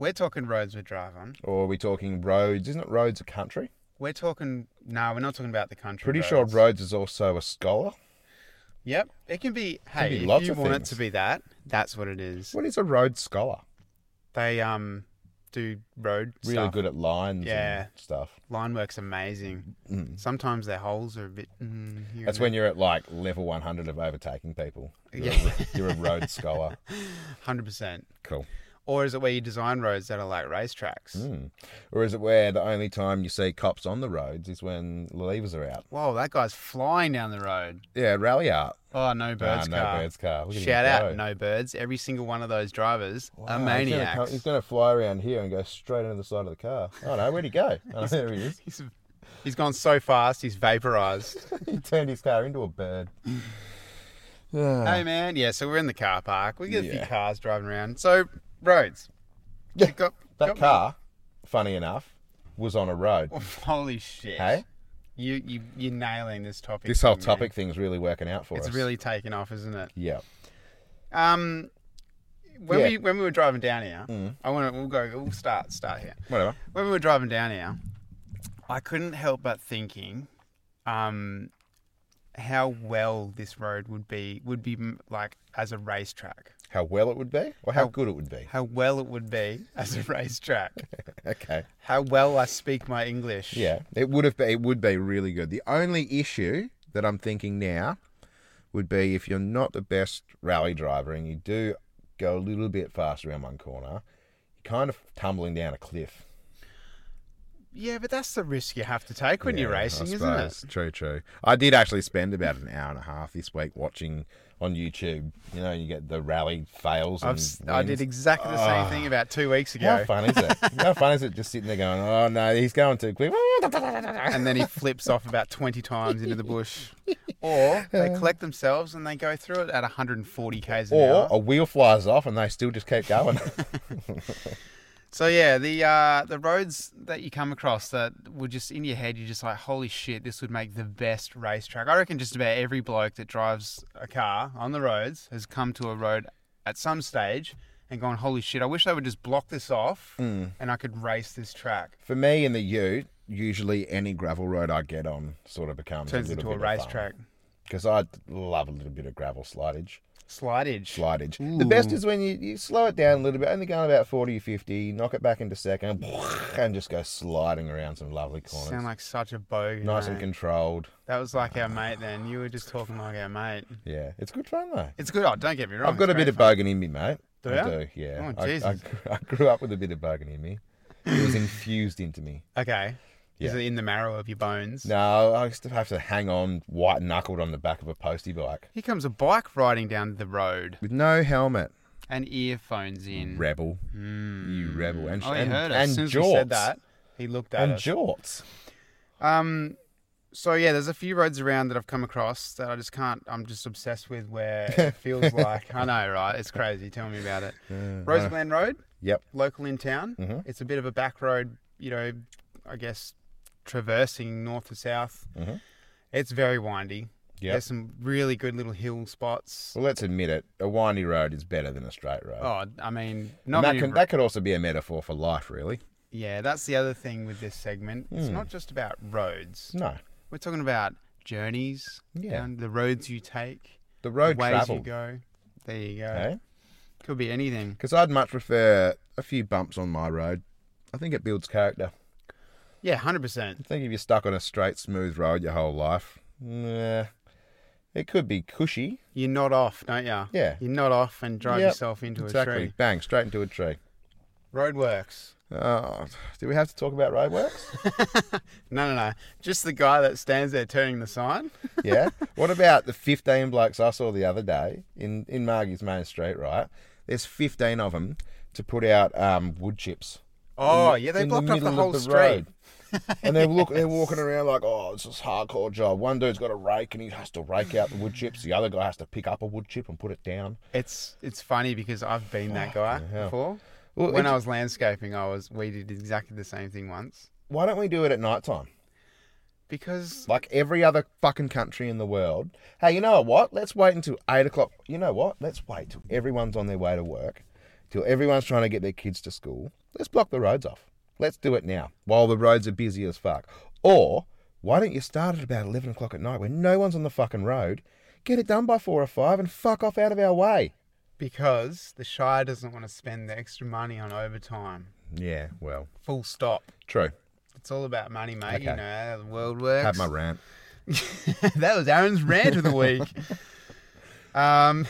[SPEAKER 1] We're talking roads we drive on.
[SPEAKER 2] or are we talking roads? Isn't roads a country?
[SPEAKER 1] We're talking no, we're not talking about the country.
[SPEAKER 2] Pretty
[SPEAKER 1] roads.
[SPEAKER 2] sure roads is also a scholar.
[SPEAKER 1] Yep, it can be. Hey,
[SPEAKER 2] be
[SPEAKER 1] if
[SPEAKER 2] lots
[SPEAKER 1] you
[SPEAKER 2] of
[SPEAKER 1] want
[SPEAKER 2] things.
[SPEAKER 1] it to be that, that's what it is.
[SPEAKER 2] What is a road scholar?
[SPEAKER 1] They um do road
[SPEAKER 2] Really
[SPEAKER 1] stuff.
[SPEAKER 2] good at lines
[SPEAKER 1] Yeah.
[SPEAKER 2] and stuff.
[SPEAKER 1] Line work's amazing. Sometimes their holes are a bit. Mm, here
[SPEAKER 2] Mm. That's
[SPEAKER 1] and
[SPEAKER 2] when you're at like level 100 of overtaking people. You're,
[SPEAKER 1] Yeah.
[SPEAKER 2] a, you're a road scholar.
[SPEAKER 1] there. hundred percent.
[SPEAKER 2] Cool.
[SPEAKER 1] Or is it where you design roads that are like racetracks?
[SPEAKER 2] Mm. Or is it where the only time you see cops on the roads is when levers are out?
[SPEAKER 1] Whoa, that guy's flying down the road.
[SPEAKER 2] Yeah, rally art.
[SPEAKER 1] Oh, no birds
[SPEAKER 2] no
[SPEAKER 1] car.
[SPEAKER 2] birds car. Look at him
[SPEAKER 1] Shout
[SPEAKER 2] go.
[SPEAKER 1] out, no birds. Every single one of those drivers
[SPEAKER 2] Wow,
[SPEAKER 1] are
[SPEAKER 2] he's gonna come-
[SPEAKER 1] maniacs.
[SPEAKER 2] He's going to fly around here and go straight into the side of the car. Oh no, where'd he go? Oh, there he is.
[SPEAKER 1] He's, he's gone so fast, he's vaporized.
[SPEAKER 2] He turned his car into a bird. Ah,
[SPEAKER 1] hey, man. Yeah, so we're in the car park. We get a few
[SPEAKER 2] Yeah.
[SPEAKER 1] cars driving around. So, roads.
[SPEAKER 2] Yeah,
[SPEAKER 1] You got-
[SPEAKER 2] that
[SPEAKER 1] got me. Oh,
[SPEAKER 2] car, funny enough, was on a road.
[SPEAKER 1] Holy shit.
[SPEAKER 2] Hey?
[SPEAKER 1] You, you, you're nailing this topic.
[SPEAKER 2] This whole
[SPEAKER 1] for me.
[SPEAKER 2] topic thing's really working out for
[SPEAKER 1] It's
[SPEAKER 2] us.
[SPEAKER 1] really taken off, isn't it?
[SPEAKER 2] yeah.
[SPEAKER 1] Um, when
[SPEAKER 2] Yeah. Mm.
[SPEAKER 1] we when we were driving down here, I want to. We'll go. We'll start start here.
[SPEAKER 2] Whatever.
[SPEAKER 1] When we were driving down here, I couldn't help but thinking, um, how well this road would be would be m- like as a racetrack.
[SPEAKER 2] How well it would be, or how good it would be.
[SPEAKER 1] How well it would be as a racetrack.
[SPEAKER 2] Okay.
[SPEAKER 1] how well I speak my English.
[SPEAKER 2] Yeah, it would have. Been, it would be really good. The only issue that I'm thinking now would be if you're not the best rally driver and you do go a little bit fast around one corner, you're kind of tumbling down a cliff.
[SPEAKER 1] Yeah, but that's the risk you have to take when you're
[SPEAKER 2] Yeah, I
[SPEAKER 1] racing, isn't it?
[SPEAKER 2] suppose. True, true. I did actually spend about an hour and a half this week watching on YouTube. You know, you get the rally fails.
[SPEAKER 1] I've,
[SPEAKER 2] and
[SPEAKER 1] s- I did
[SPEAKER 2] wins.
[SPEAKER 1] exactly the same thing about two weeks
[SPEAKER 2] Mm. Ah. How
[SPEAKER 1] ago,
[SPEAKER 2] fun is it? How fun is it just sitting there going, oh no, he's going too quick.
[SPEAKER 1] and then he flips off about twenty times into the bush, or they collect themselves and they go through it at 140 k's an
[SPEAKER 2] Uh. Or
[SPEAKER 1] hour.
[SPEAKER 2] a wheel flies off and they still just keep going.
[SPEAKER 1] So yeah, the uh, the roads that you come across that were just in your head, you're just like, holy shit, this would make the best racetrack. I reckon just about every bloke that drives a car on the roads has come to a road at some stage and gone, holy shit, I wish they would just block this off
[SPEAKER 2] Mm.
[SPEAKER 1] and I could race this track.
[SPEAKER 2] For me in the U, usually any gravel road I get on sort of becomes
[SPEAKER 1] Turns
[SPEAKER 2] a little
[SPEAKER 1] into a
[SPEAKER 2] bit
[SPEAKER 1] racetrack.
[SPEAKER 2] Because I love a little bit of gravel slidage.
[SPEAKER 1] Slidage.
[SPEAKER 2] Slidage. The best is when you, you slow it down a little bit, only going about 40 or 50, knock it back into second, and just go sliding around some lovely corners.
[SPEAKER 1] Sound like such a bogan.
[SPEAKER 2] nice and
[SPEAKER 1] mate.
[SPEAKER 2] controlled.
[SPEAKER 1] That was like our mate then. You were just talking like our mate.
[SPEAKER 2] Yeah, it's good fun though.
[SPEAKER 1] It's good. Oh, don't get me wrong.
[SPEAKER 2] I've got
[SPEAKER 1] it's
[SPEAKER 2] a bit
[SPEAKER 1] great
[SPEAKER 2] of
[SPEAKER 1] fun.
[SPEAKER 2] bogan in me, mate.
[SPEAKER 1] Do
[SPEAKER 2] I
[SPEAKER 1] ya?
[SPEAKER 2] do, yeah.
[SPEAKER 1] Oh,
[SPEAKER 2] I- I,
[SPEAKER 1] Jesus.
[SPEAKER 2] gr- I grew up with a bit of bogan in me. It was infused into me.
[SPEAKER 1] Okay. Is
[SPEAKER 2] Yeah.
[SPEAKER 1] it in the marrow of your bones?
[SPEAKER 2] No, I used to have to hang on white knuckled on the back of a postie bike.
[SPEAKER 1] Here comes a bike riding down the road
[SPEAKER 2] With no helmet.
[SPEAKER 1] and earphones in.
[SPEAKER 2] Rebel. You rebel. And,
[SPEAKER 1] Oh, he
[SPEAKER 2] and,
[SPEAKER 1] heard us.
[SPEAKER 2] and
[SPEAKER 1] as soon as
[SPEAKER 2] jorts.
[SPEAKER 1] we said that, he looked at
[SPEAKER 2] And
[SPEAKER 1] us.
[SPEAKER 2] jorts.
[SPEAKER 1] um, so yeah, there's a few roads around that I've come across that I just can't. I'm just obsessed with where it feels like I know, right? It's crazy. Tell me about it. Roseglen Road,
[SPEAKER 2] Yep.
[SPEAKER 1] local in town.
[SPEAKER 2] Mhm.
[SPEAKER 1] It's a bit of a back road, you know. I guess traversing north to south.
[SPEAKER 2] Mhm.
[SPEAKER 1] It's very windy.
[SPEAKER 2] Yep.
[SPEAKER 1] There's some really good little hill spots.
[SPEAKER 2] Well, let's admit it. A windy road is better than a straight road.
[SPEAKER 1] Oh, I mean,
[SPEAKER 2] and
[SPEAKER 1] not
[SPEAKER 2] that
[SPEAKER 1] many
[SPEAKER 2] can, that could also be a metaphor for life, really.
[SPEAKER 1] Yeah, that's the other thing with this segment. It's
[SPEAKER 2] Hmm.
[SPEAKER 1] not just about roads.
[SPEAKER 2] No,
[SPEAKER 1] We're talking about journeys,
[SPEAKER 2] Yeah.
[SPEAKER 1] down the roads you take,
[SPEAKER 2] the road
[SPEAKER 1] ways you
[SPEAKER 2] travel.
[SPEAKER 1] go. There you go.
[SPEAKER 2] Because
[SPEAKER 1] Could be anything.
[SPEAKER 2] I'd much prefer a few bumps on my road. I think it builds character.
[SPEAKER 1] Yeah, hundred percent.
[SPEAKER 2] I think if you're stuck on a straight, smooth road your whole life, nah, it could be cushy.
[SPEAKER 1] You nod off, don't you?
[SPEAKER 2] Yeah.
[SPEAKER 1] You nod off and drive
[SPEAKER 2] Yep,
[SPEAKER 1] yourself into
[SPEAKER 2] exactly.
[SPEAKER 1] a tree.
[SPEAKER 2] Bang, straight into a tree.
[SPEAKER 1] Roadworks.
[SPEAKER 2] Oh, do we have to talk about roadworks?
[SPEAKER 1] No, no, no. Just the guy that stands there turning the sign.
[SPEAKER 2] yeah. What about the 15 blokes I saw the other day in, in Margie's main street, right? There's 15 of them to put out um, wood chips.
[SPEAKER 1] Oh,
[SPEAKER 2] in-
[SPEAKER 1] yeah, they
[SPEAKER 2] in
[SPEAKER 1] blocked off
[SPEAKER 2] middle
[SPEAKER 1] the
[SPEAKER 2] of
[SPEAKER 1] whole street.
[SPEAKER 2] road. and they're look, they're walking around like, oh, it's this hardcore job. One dude's got a rake and he has to rake out the wood chips. The other guy has to pick up a wood chip and put it down.
[SPEAKER 1] It's it's funny because I've been that guy
[SPEAKER 2] hell.
[SPEAKER 1] before.
[SPEAKER 2] Well,
[SPEAKER 1] when
[SPEAKER 2] it-
[SPEAKER 1] I was landscaping, I was we did exactly the same thing once
[SPEAKER 2] Why don't we do it at night time?
[SPEAKER 1] because
[SPEAKER 2] Like every other fucking country in the world. Hey, you know what? Let's wait until eight o'clock. You know what? Let's wait till everyone's on their way to work, till everyone's trying to get their kids to school. Let's block the roads off. Let's do it now while the roads are busy as fuck. Or why don't you start at about 11 o'clock at night when no one's on the fucking road? Get it done by four or five and fuck off out of our way.
[SPEAKER 1] because the Shire doesn't want to spend the extra money on overtime.
[SPEAKER 2] Yeah, well,
[SPEAKER 1] Full stop.
[SPEAKER 2] true.
[SPEAKER 1] It's all about money, mate. You
[SPEAKER 2] Okay.
[SPEAKER 1] know how the world works.
[SPEAKER 2] Have my rant.
[SPEAKER 1] that was Aaron's rant of the week. um,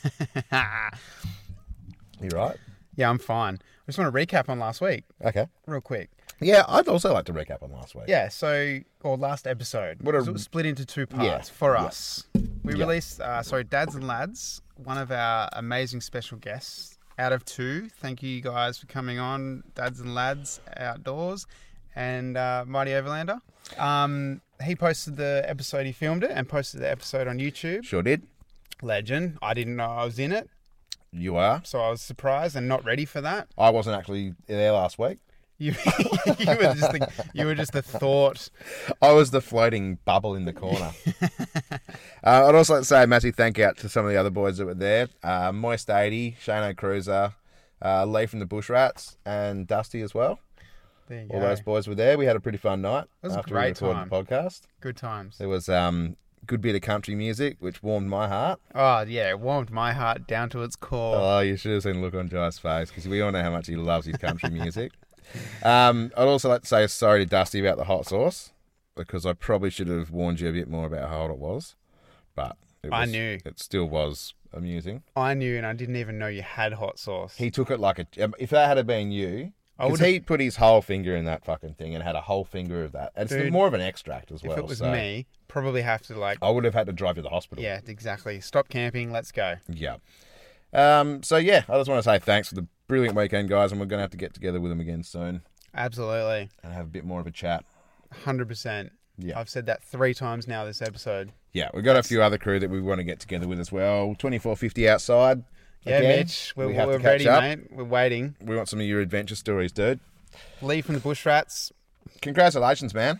[SPEAKER 2] You right?
[SPEAKER 1] yeah, I'm fine. I just want to recap on last week,
[SPEAKER 2] Okay.
[SPEAKER 1] real quick.
[SPEAKER 2] Yeah, I'd also like to recap on last week.
[SPEAKER 1] Yeah, so or last episode.
[SPEAKER 2] What a-
[SPEAKER 1] So it was split into two parts
[SPEAKER 2] Yeah,
[SPEAKER 1] for
[SPEAKER 2] yeah.
[SPEAKER 1] us. We
[SPEAKER 2] Yeah.
[SPEAKER 1] released uh, sorry, Dads and Lads, one of our amazing special guests out of two. Thank you guys for coming on, Dads and Lads Outdoors and uh, Mighty Overlander. Um, he posted the episode, he filmed it and posted the episode on YouTube.
[SPEAKER 2] Sure did.
[SPEAKER 1] Legend. I didn't know I was in it,
[SPEAKER 2] You are.
[SPEAKER 1] so I was surprised and not ready for that.
[SPEAKER 2] I wasn't actually there last week.
[SPEAKER 1] You, you were just the, you were just the thought.
[SPEAKER 2] I was the floating bubble in the corner. uh, I'd also like to say a massive thank out to some of the other boys that were there. Uh, Moist 80, Shano Cruiser, uh, Lee from the Bush Rats, and Dusty as well.
[SPEAKER 1] There you
[SPEAKER 2] All
[SPEAKER 1] go.
[SPEAKER 2] those boys were there. We had a pretty fun night
[SPEAKER 1] It was a
[SPEAKER 2] after
[SPEAKER 1] great
[SPEAKER 2] we recorded the podcast.
[SPEAKER 1] Good times.
[SPEAKER 2] There was um good bit of country music, which warmed my heart.
[SPEAKER 1] Oh yeah, it warmed my heart down to its core.
[SPEAKER 2] Oh, you should have seen the look on Jai's face because we all know how much he loves his country music. Um, I'd also like to say sorry to Dusty about the hot sauce because I probably should have warned you a bit more about how hot it was, but it was,
[SPEAKER 1] I knew.
[SPEAKER 2] it still was amusing.
[SPEAKER 1] I knew, and I didn't even know you had hot sauce.
[SPEAKER 2] He took it like a. um, If that had been you.
[SPEAKER 1] I
[SPEAKER 2] Because
[SPEAKER 1] would've-
[SPEAKER 2] he put his whole finger in that fucking thing and had a whole finger of that. And it's
[SPEAKER 1] Dude,
[SPEAKER 2] more of an extract as well.
[SPEAKER 1] if it was
[SPEAKER 2] so
[SPEAKER 1] me, probably have to like.
[SPEAKER 2] I would have had to drive you to the hospital.
[SPEAKER 1] Yeah, exactly. Stop camping. Let's go.
[SPEAKER 2] Yeah. Um, so yeah, I just want to say thanks for the brilliant weekend, guys, and we're gonna have to get together with them again soon
[SPEAKER 1] Absolutely,
[SPEAKER 2] and have a bit more of a chat.
[SPEAKER 1] hundred percent.
[SPEAKER 2] Yeah.
[SPEAKER 1] I've said that three times now this episode.
[SPEAKER 2] Yeah, we've got a few other crew that we want to get together with as well. Twenty four fifty outside.
[SPEAKER 1] Yeah,
[SPEAKER 2] Again,
[SPEAKER 1] Mitch, we're,
[SPEAKER 2] we
[SPEAKER 1] we
[SPEAKER 2] have
[SPEAKER 1] are we
[SPEAKER 2] to
[SPEAKER 1] are
[SPEAKER 2] catch
[SPEAKER 1] ready,
[SPEAKER 2] up.
[SPEAKER 1] mate. We're waiting.
[SPEAKER 2] We want some of your adventure stories, dude.
[SPEAKER 1] Lee from the Bushrats.
[SPEAKER 2] Congratulations, man.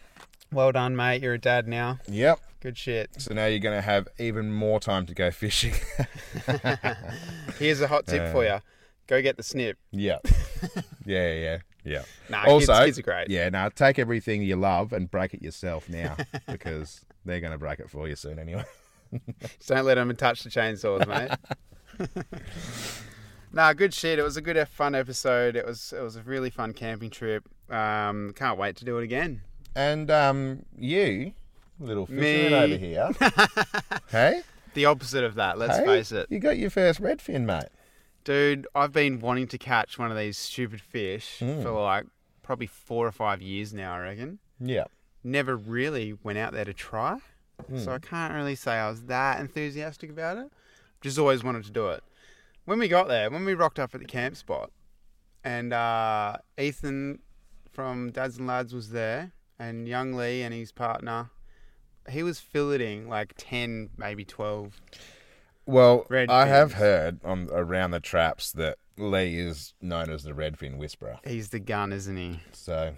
[SPEAKER 1] Well done, mate. You're a dad now.
[SPEAKER 2] Yep.
[SPEAKER 1] Good shit.
[SPEAKER 2] So now you're gonna have even more time to go fishing.
[SPEAKER 1] Here's a hot tip for you. Go get the snip.
[SPEAKER 2] yeah. Yeah, yeah, yeah.
[SPEAKER 1] Nah,
[SPEAKER 2] also,
[SPEAKER 1] kids, kids are great.
[SPEAKER 2] Yeah, now take everything you love and break it yourself now because they're gonna break it for you soon anyway.
[SPEAKER 1] Just don't let them touch the chainsaws, mate. nah, good shit. It was a good, uh, fun episode. It was it was a really fun camping trip. Um, can't wait to do it again.
[SPEAKER 2] And um, you, little fisherman
[SPEAKER 1] Me.
[SPEAKER 2] over here, hey,
[SPEAKER 1] The opposite of that. Let's
[SPEAKER 2] hey,
[SPEAKER 1] face it,
[SPEAKER 2] you got your first redfin, mate.
[SPEAKER 1] dude. I've been wanting to catch one of these stupid fish for like probably four or five years now. I reckon.
[SPEAKER 2] Yeah,
[SPEAKER 1] Never really went out there to try,
[SPEAKER 2] Hmm.
[SPEAKER 1] so I can't really say I was that enthusiastic about it. Just always wanted to do it. when we got there, when we rocked up at the camp spot, and uh, Ethan from Dads and Lads was there, and young Lee and his partner, he was filleting like 10, maybe 12.
[SPEAKER 2] Well,
[SPEAKER 1] Red
[SPEAKER 2] I have
[SPEAKER 1] fins.
[SPEAKER 2] heard on around the traps that Lee is known as the redfin whisperer.
[SPEAKER 1] He's the gun, isn't he?
[SPEAKER 2] So,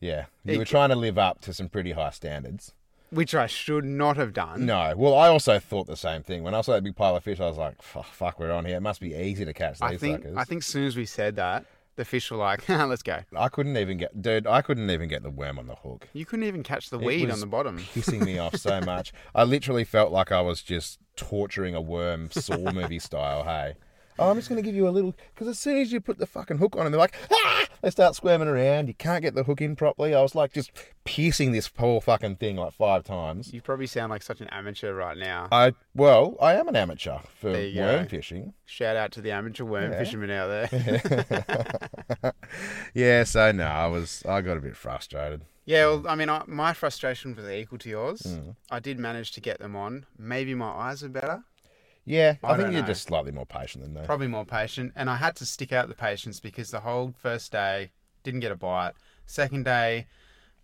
[SPEAKER 2] yeah, you
[SPEAKER 1] It-
[SPEAKER 2] were trying to live up to some pretty high standards.
[SPEAKER 1] Which I should not have done.
[SPEAKER 2] No, well, I also thought the same thing when I saw that big pile of fish. I was like, "Fu- "Fuck, we're on here. It must be easy to catch these
[SPEAKER 1] I think
[SPEAKER 2] suckers."
[SPEAKER 1] I think as soon as we said that, the fish were like, "Haha, let's go.
[SPEAKER 2] I couldn't even get, dude. I couldn't even get the worm on the hook.
[SPEAKER 1] You couldn't even catch the weed
[SPEAKER 2] was
[SPEAKER 1] on the bottom.
[SPEAKER 2] pissing me off so much. I literally felt like I was just torturing a worm, Saw movie style. Hey, oh, I'm just going to give you a little because as soon as you put the fucking hook on, and they're like, ah, they start squirming around. You can't get the hook in properly. I was like just piercing this whole fucking thing like five times.
[SPEAKER 1] You probably sound like such an amateur right now.
[SPEAKER 2] I well, I am an amateur for
[SPEAKER 1] There you
[SPEAKER 2] worm
[SPEAKER 1] go.
[SPEAKER 2] fishing.
[SPEAKER 1] Shout out to the amateur worm
[SPEAKER 2] Yeah.
[SPEAKER 1] fishermen out there.
[SPEAKER 2] Yeah, so no, I was I got a bit frustrated.
[SPEAKER 1] Yeah, well, I mean, I, my frustration was equal to yours.
[SPEAKER 2] Mm.
[SPEAKER 1] I did manage to get them on. Maybe my eyes are better,
[SPEAKER 2] Yeah, I,
[SPEAKER 1] I
[SPEAKER 2] think
[SPEAKER 1] don't
[SPEAKER 2] you're
[SPEAKER 1] know.
[SPEAKER 2] just slightly more patient than me.
[SPEAKER 1] probably more patient. And I had to stick out the patience because the whole first day didn't get a bite. Second day,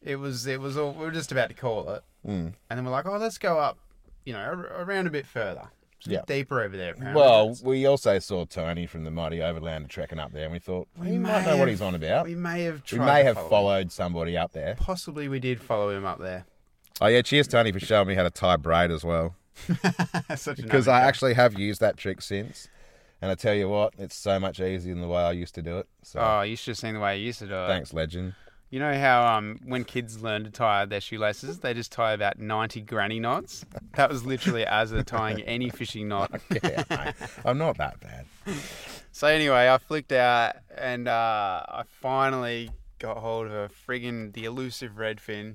[SPEAKER 1] it was it was all we were just about to call it, mm. and then we're like, oh, let's go up, you know, ar- around a bit further, It's a bit
[SPEAKER 2] Yeah.
[SPEAKER 1] deeper over there. Apparently.
[SPEAKER 2] Well, we also saw Tony from the Mighty Overlander trekking up there, and we thought he might
[SPEAKER 1] may
[SPEAKER 2] know what
[SPEAKER 1] have-
[SPEAKER 2] he's on about.
[SPEAKER 1] we may have
[SPEAKER 2] We
[SPEAKER 1] tried
[SPEAKER 2] may
[SPEAKER 1] to
[SPEAKER 2] have
[SPEAKER 1] follow him.
[SPEAKER 2] followed somebody up there.
[SPEAKER 1] Possibly we did follow him up there.
[SPEAKER 2] Oh yeah, cheers Tony for showing me how to tie braid as well.
[SPEAKER 1] Such an
[SPEAKER 2] Because
[SPEAKER 1] amateur.
[SPEAKER 2] I actually have used that trick since, and I tell you what, it's so much easier than the way I used to do it. So
[SPEAKER 1] Oh, you should have seen the way he used to do it.
[SPEAKER 2] thanks, legend.
[SPEAKER 1] You know how um, when kids learn to tie their shoelaces, they just tie about 90 granny knots? That was literally as they're tying any fishing knot.
[SPEAKER 2] Yeah, mate, I'm not that bad.
[SPEAKER 1] So, anyway, I flicked out and uh, I finally got hold of a friggin' the elusive redfin.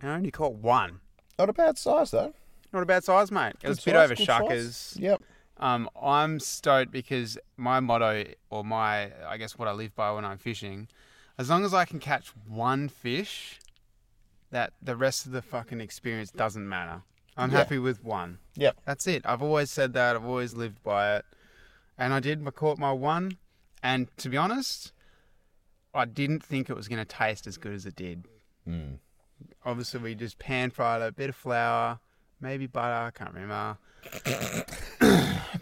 [SPEAKER 1] And I only caught one.
[SPEAKER 2] Not a bad size though.
[SPEAKER 1] Not a bad size, mate. It was a
[SPEAKER 2] Good
[SPEAKER 1] bit
[SPEAKER 2] size,
[SPEAKER 1] over
[SPEAKER 2] good size.
[SPEAKER 1] shuckers.
[SPEAKER 2] Yep.
[SPEAKER 1] Um, I'm stoked because my motto, or my, I guess, what I live by when I'm fishing, as long as I can catch one fish, that the rest of the fucking experience doesn't matter. I'm
[SPEAKER 2] Yeah.
[SPEAKER 1] happy with one.
[SPEAKER 2] Yep.
[SPEAKER 1] That's it. I've always said that. I've always lived by it. And I did. I caught my one. And to be honest, I didn't think it was going to taste as good as it did.
[SPEAKER 2] Mm.
[SPEAKER 1] Obviously, we just pan fried it, a bit of flour, maybe butter. I can't remember.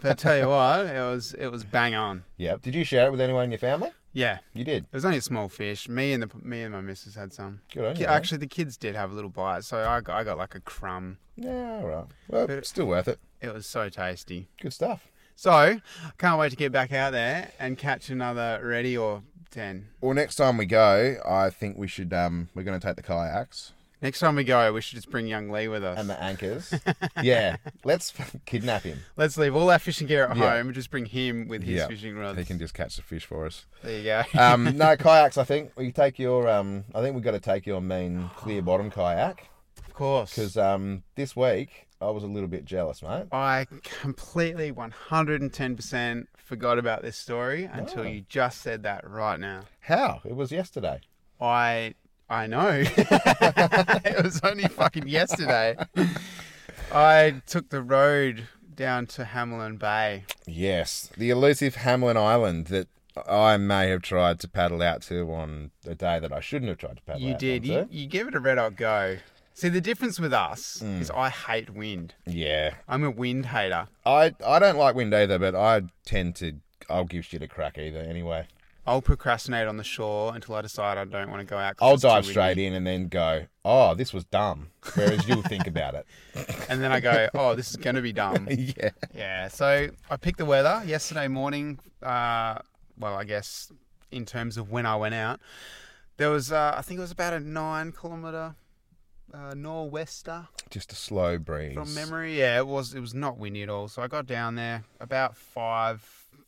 [SPEAKER 1] but I tell you what, it was it was bang on.
[SPEAKER 2] Yep. Did you share it with anyone in your family?
[SPEAKER 1] Yeah,
[SPEAKER 2] You did.
[SPEAKER 1] it was only a small fish. Me and the me and my missus had some.
[SPEAKER 2] Good on
[SPEAKER 1] Ki-
[SPEAKER 2] you. mate.
[SPEAKER 1] Actually, the kids did have a little bite, so I got, I got like a crumb.
[SPEAKER 2] Yeah, all right. Well,
[SPEAKER 1] But-
[SPEAKER 2] still worth it.
[SPEAKER 1] It was so tasty.
[SPEAKER 2] Good stuff.
[SPEAKER 1] So can't wait to get back out there and catch another ready or ten.
[SPEAKER 2] Well, next time we go, I think we should. Um, we're going to take the kayaks
[SPEAKER 1] Next time we go, we should just bring young Lee with us.
[SPEAKER 2] and the anchors. yeah, let's fucking kidnap him.
[SPEAKER 1] Let's leave all our fishing gear at
[SPEAKER 2] Yeah.
[SPEAKER 1] home and just bring him with his
[SPEAKER 2] Yeah.
[SPEAKER 1] fishing rods.
[SPEAKER 2] He can just catch the fish for us.
[SPEAKER 1] There you go.
[SPEAKER 2] Um, no kayaks. I think we take your. Um, I think we've got to take your main clear bottom kayak
[SPEAKER 1] of course.
[SPEAKER 2] because um, this week I was a little bit jealous, mate.
[SPEAKER 1] I completely 110% forgot about this story until
[SPEAKER 2] Oh.
[SPEAKER 1] you just said that right now.
[SPEAKER 2] How? It was yesterday.
[SPEAKER 1] I I know. it was only fucking yesterday. I took the road down to Hamlin Bay.
[SPEAKER 2] Yes, the elusive Hamlin Island that I may have tried to paddle out to on a day that I shouldn't have tried to paddle
[SPEAKER 1] You
[SPEAKER 2] out
[SPEAKER 1] did. You,
[SPEAKER 2] onto.
[SPEAKER 1] you gave it a red hot go. See, the difference with us
[SPEAKER 2] Hmm.
[SPEAKER 1] is I hate wind.
[SPEAKER 2] Yeah,
[SPEAKER 1] I'm a wind hater.
[SPEAKER 2] I I don't like wind either, but I tend to I'll give shit a crack either. Anyway,
[SPEAKER 1] I'll procrastinate on the shore until I decide I don't want to go out. 'cause
[SPEAKER 2] I'll
[SPEAKER 1] it's too
[SPEAKER 2] dive
[SPEAKER 1] windy.
[SPEAKER 2] straight in and then go, oh, this was dumb. Whereas you'll think about it.
[SPEAKER 1] And then I go, oh, this is going to be dumb.
[SPEAKER 2] Yeah.
[SPEAKER 1] Yeah, so I picked the weather yesterday morning. Uh, well, I guess in terms of when I went out, there was uh, I think it was about a nine kilometer uh, nor'wester
[SPEAKER 2] Just a slow breeze.
[SPEAKER 1] from memory. Yeah, it was it was not windy at all. So I got down there about five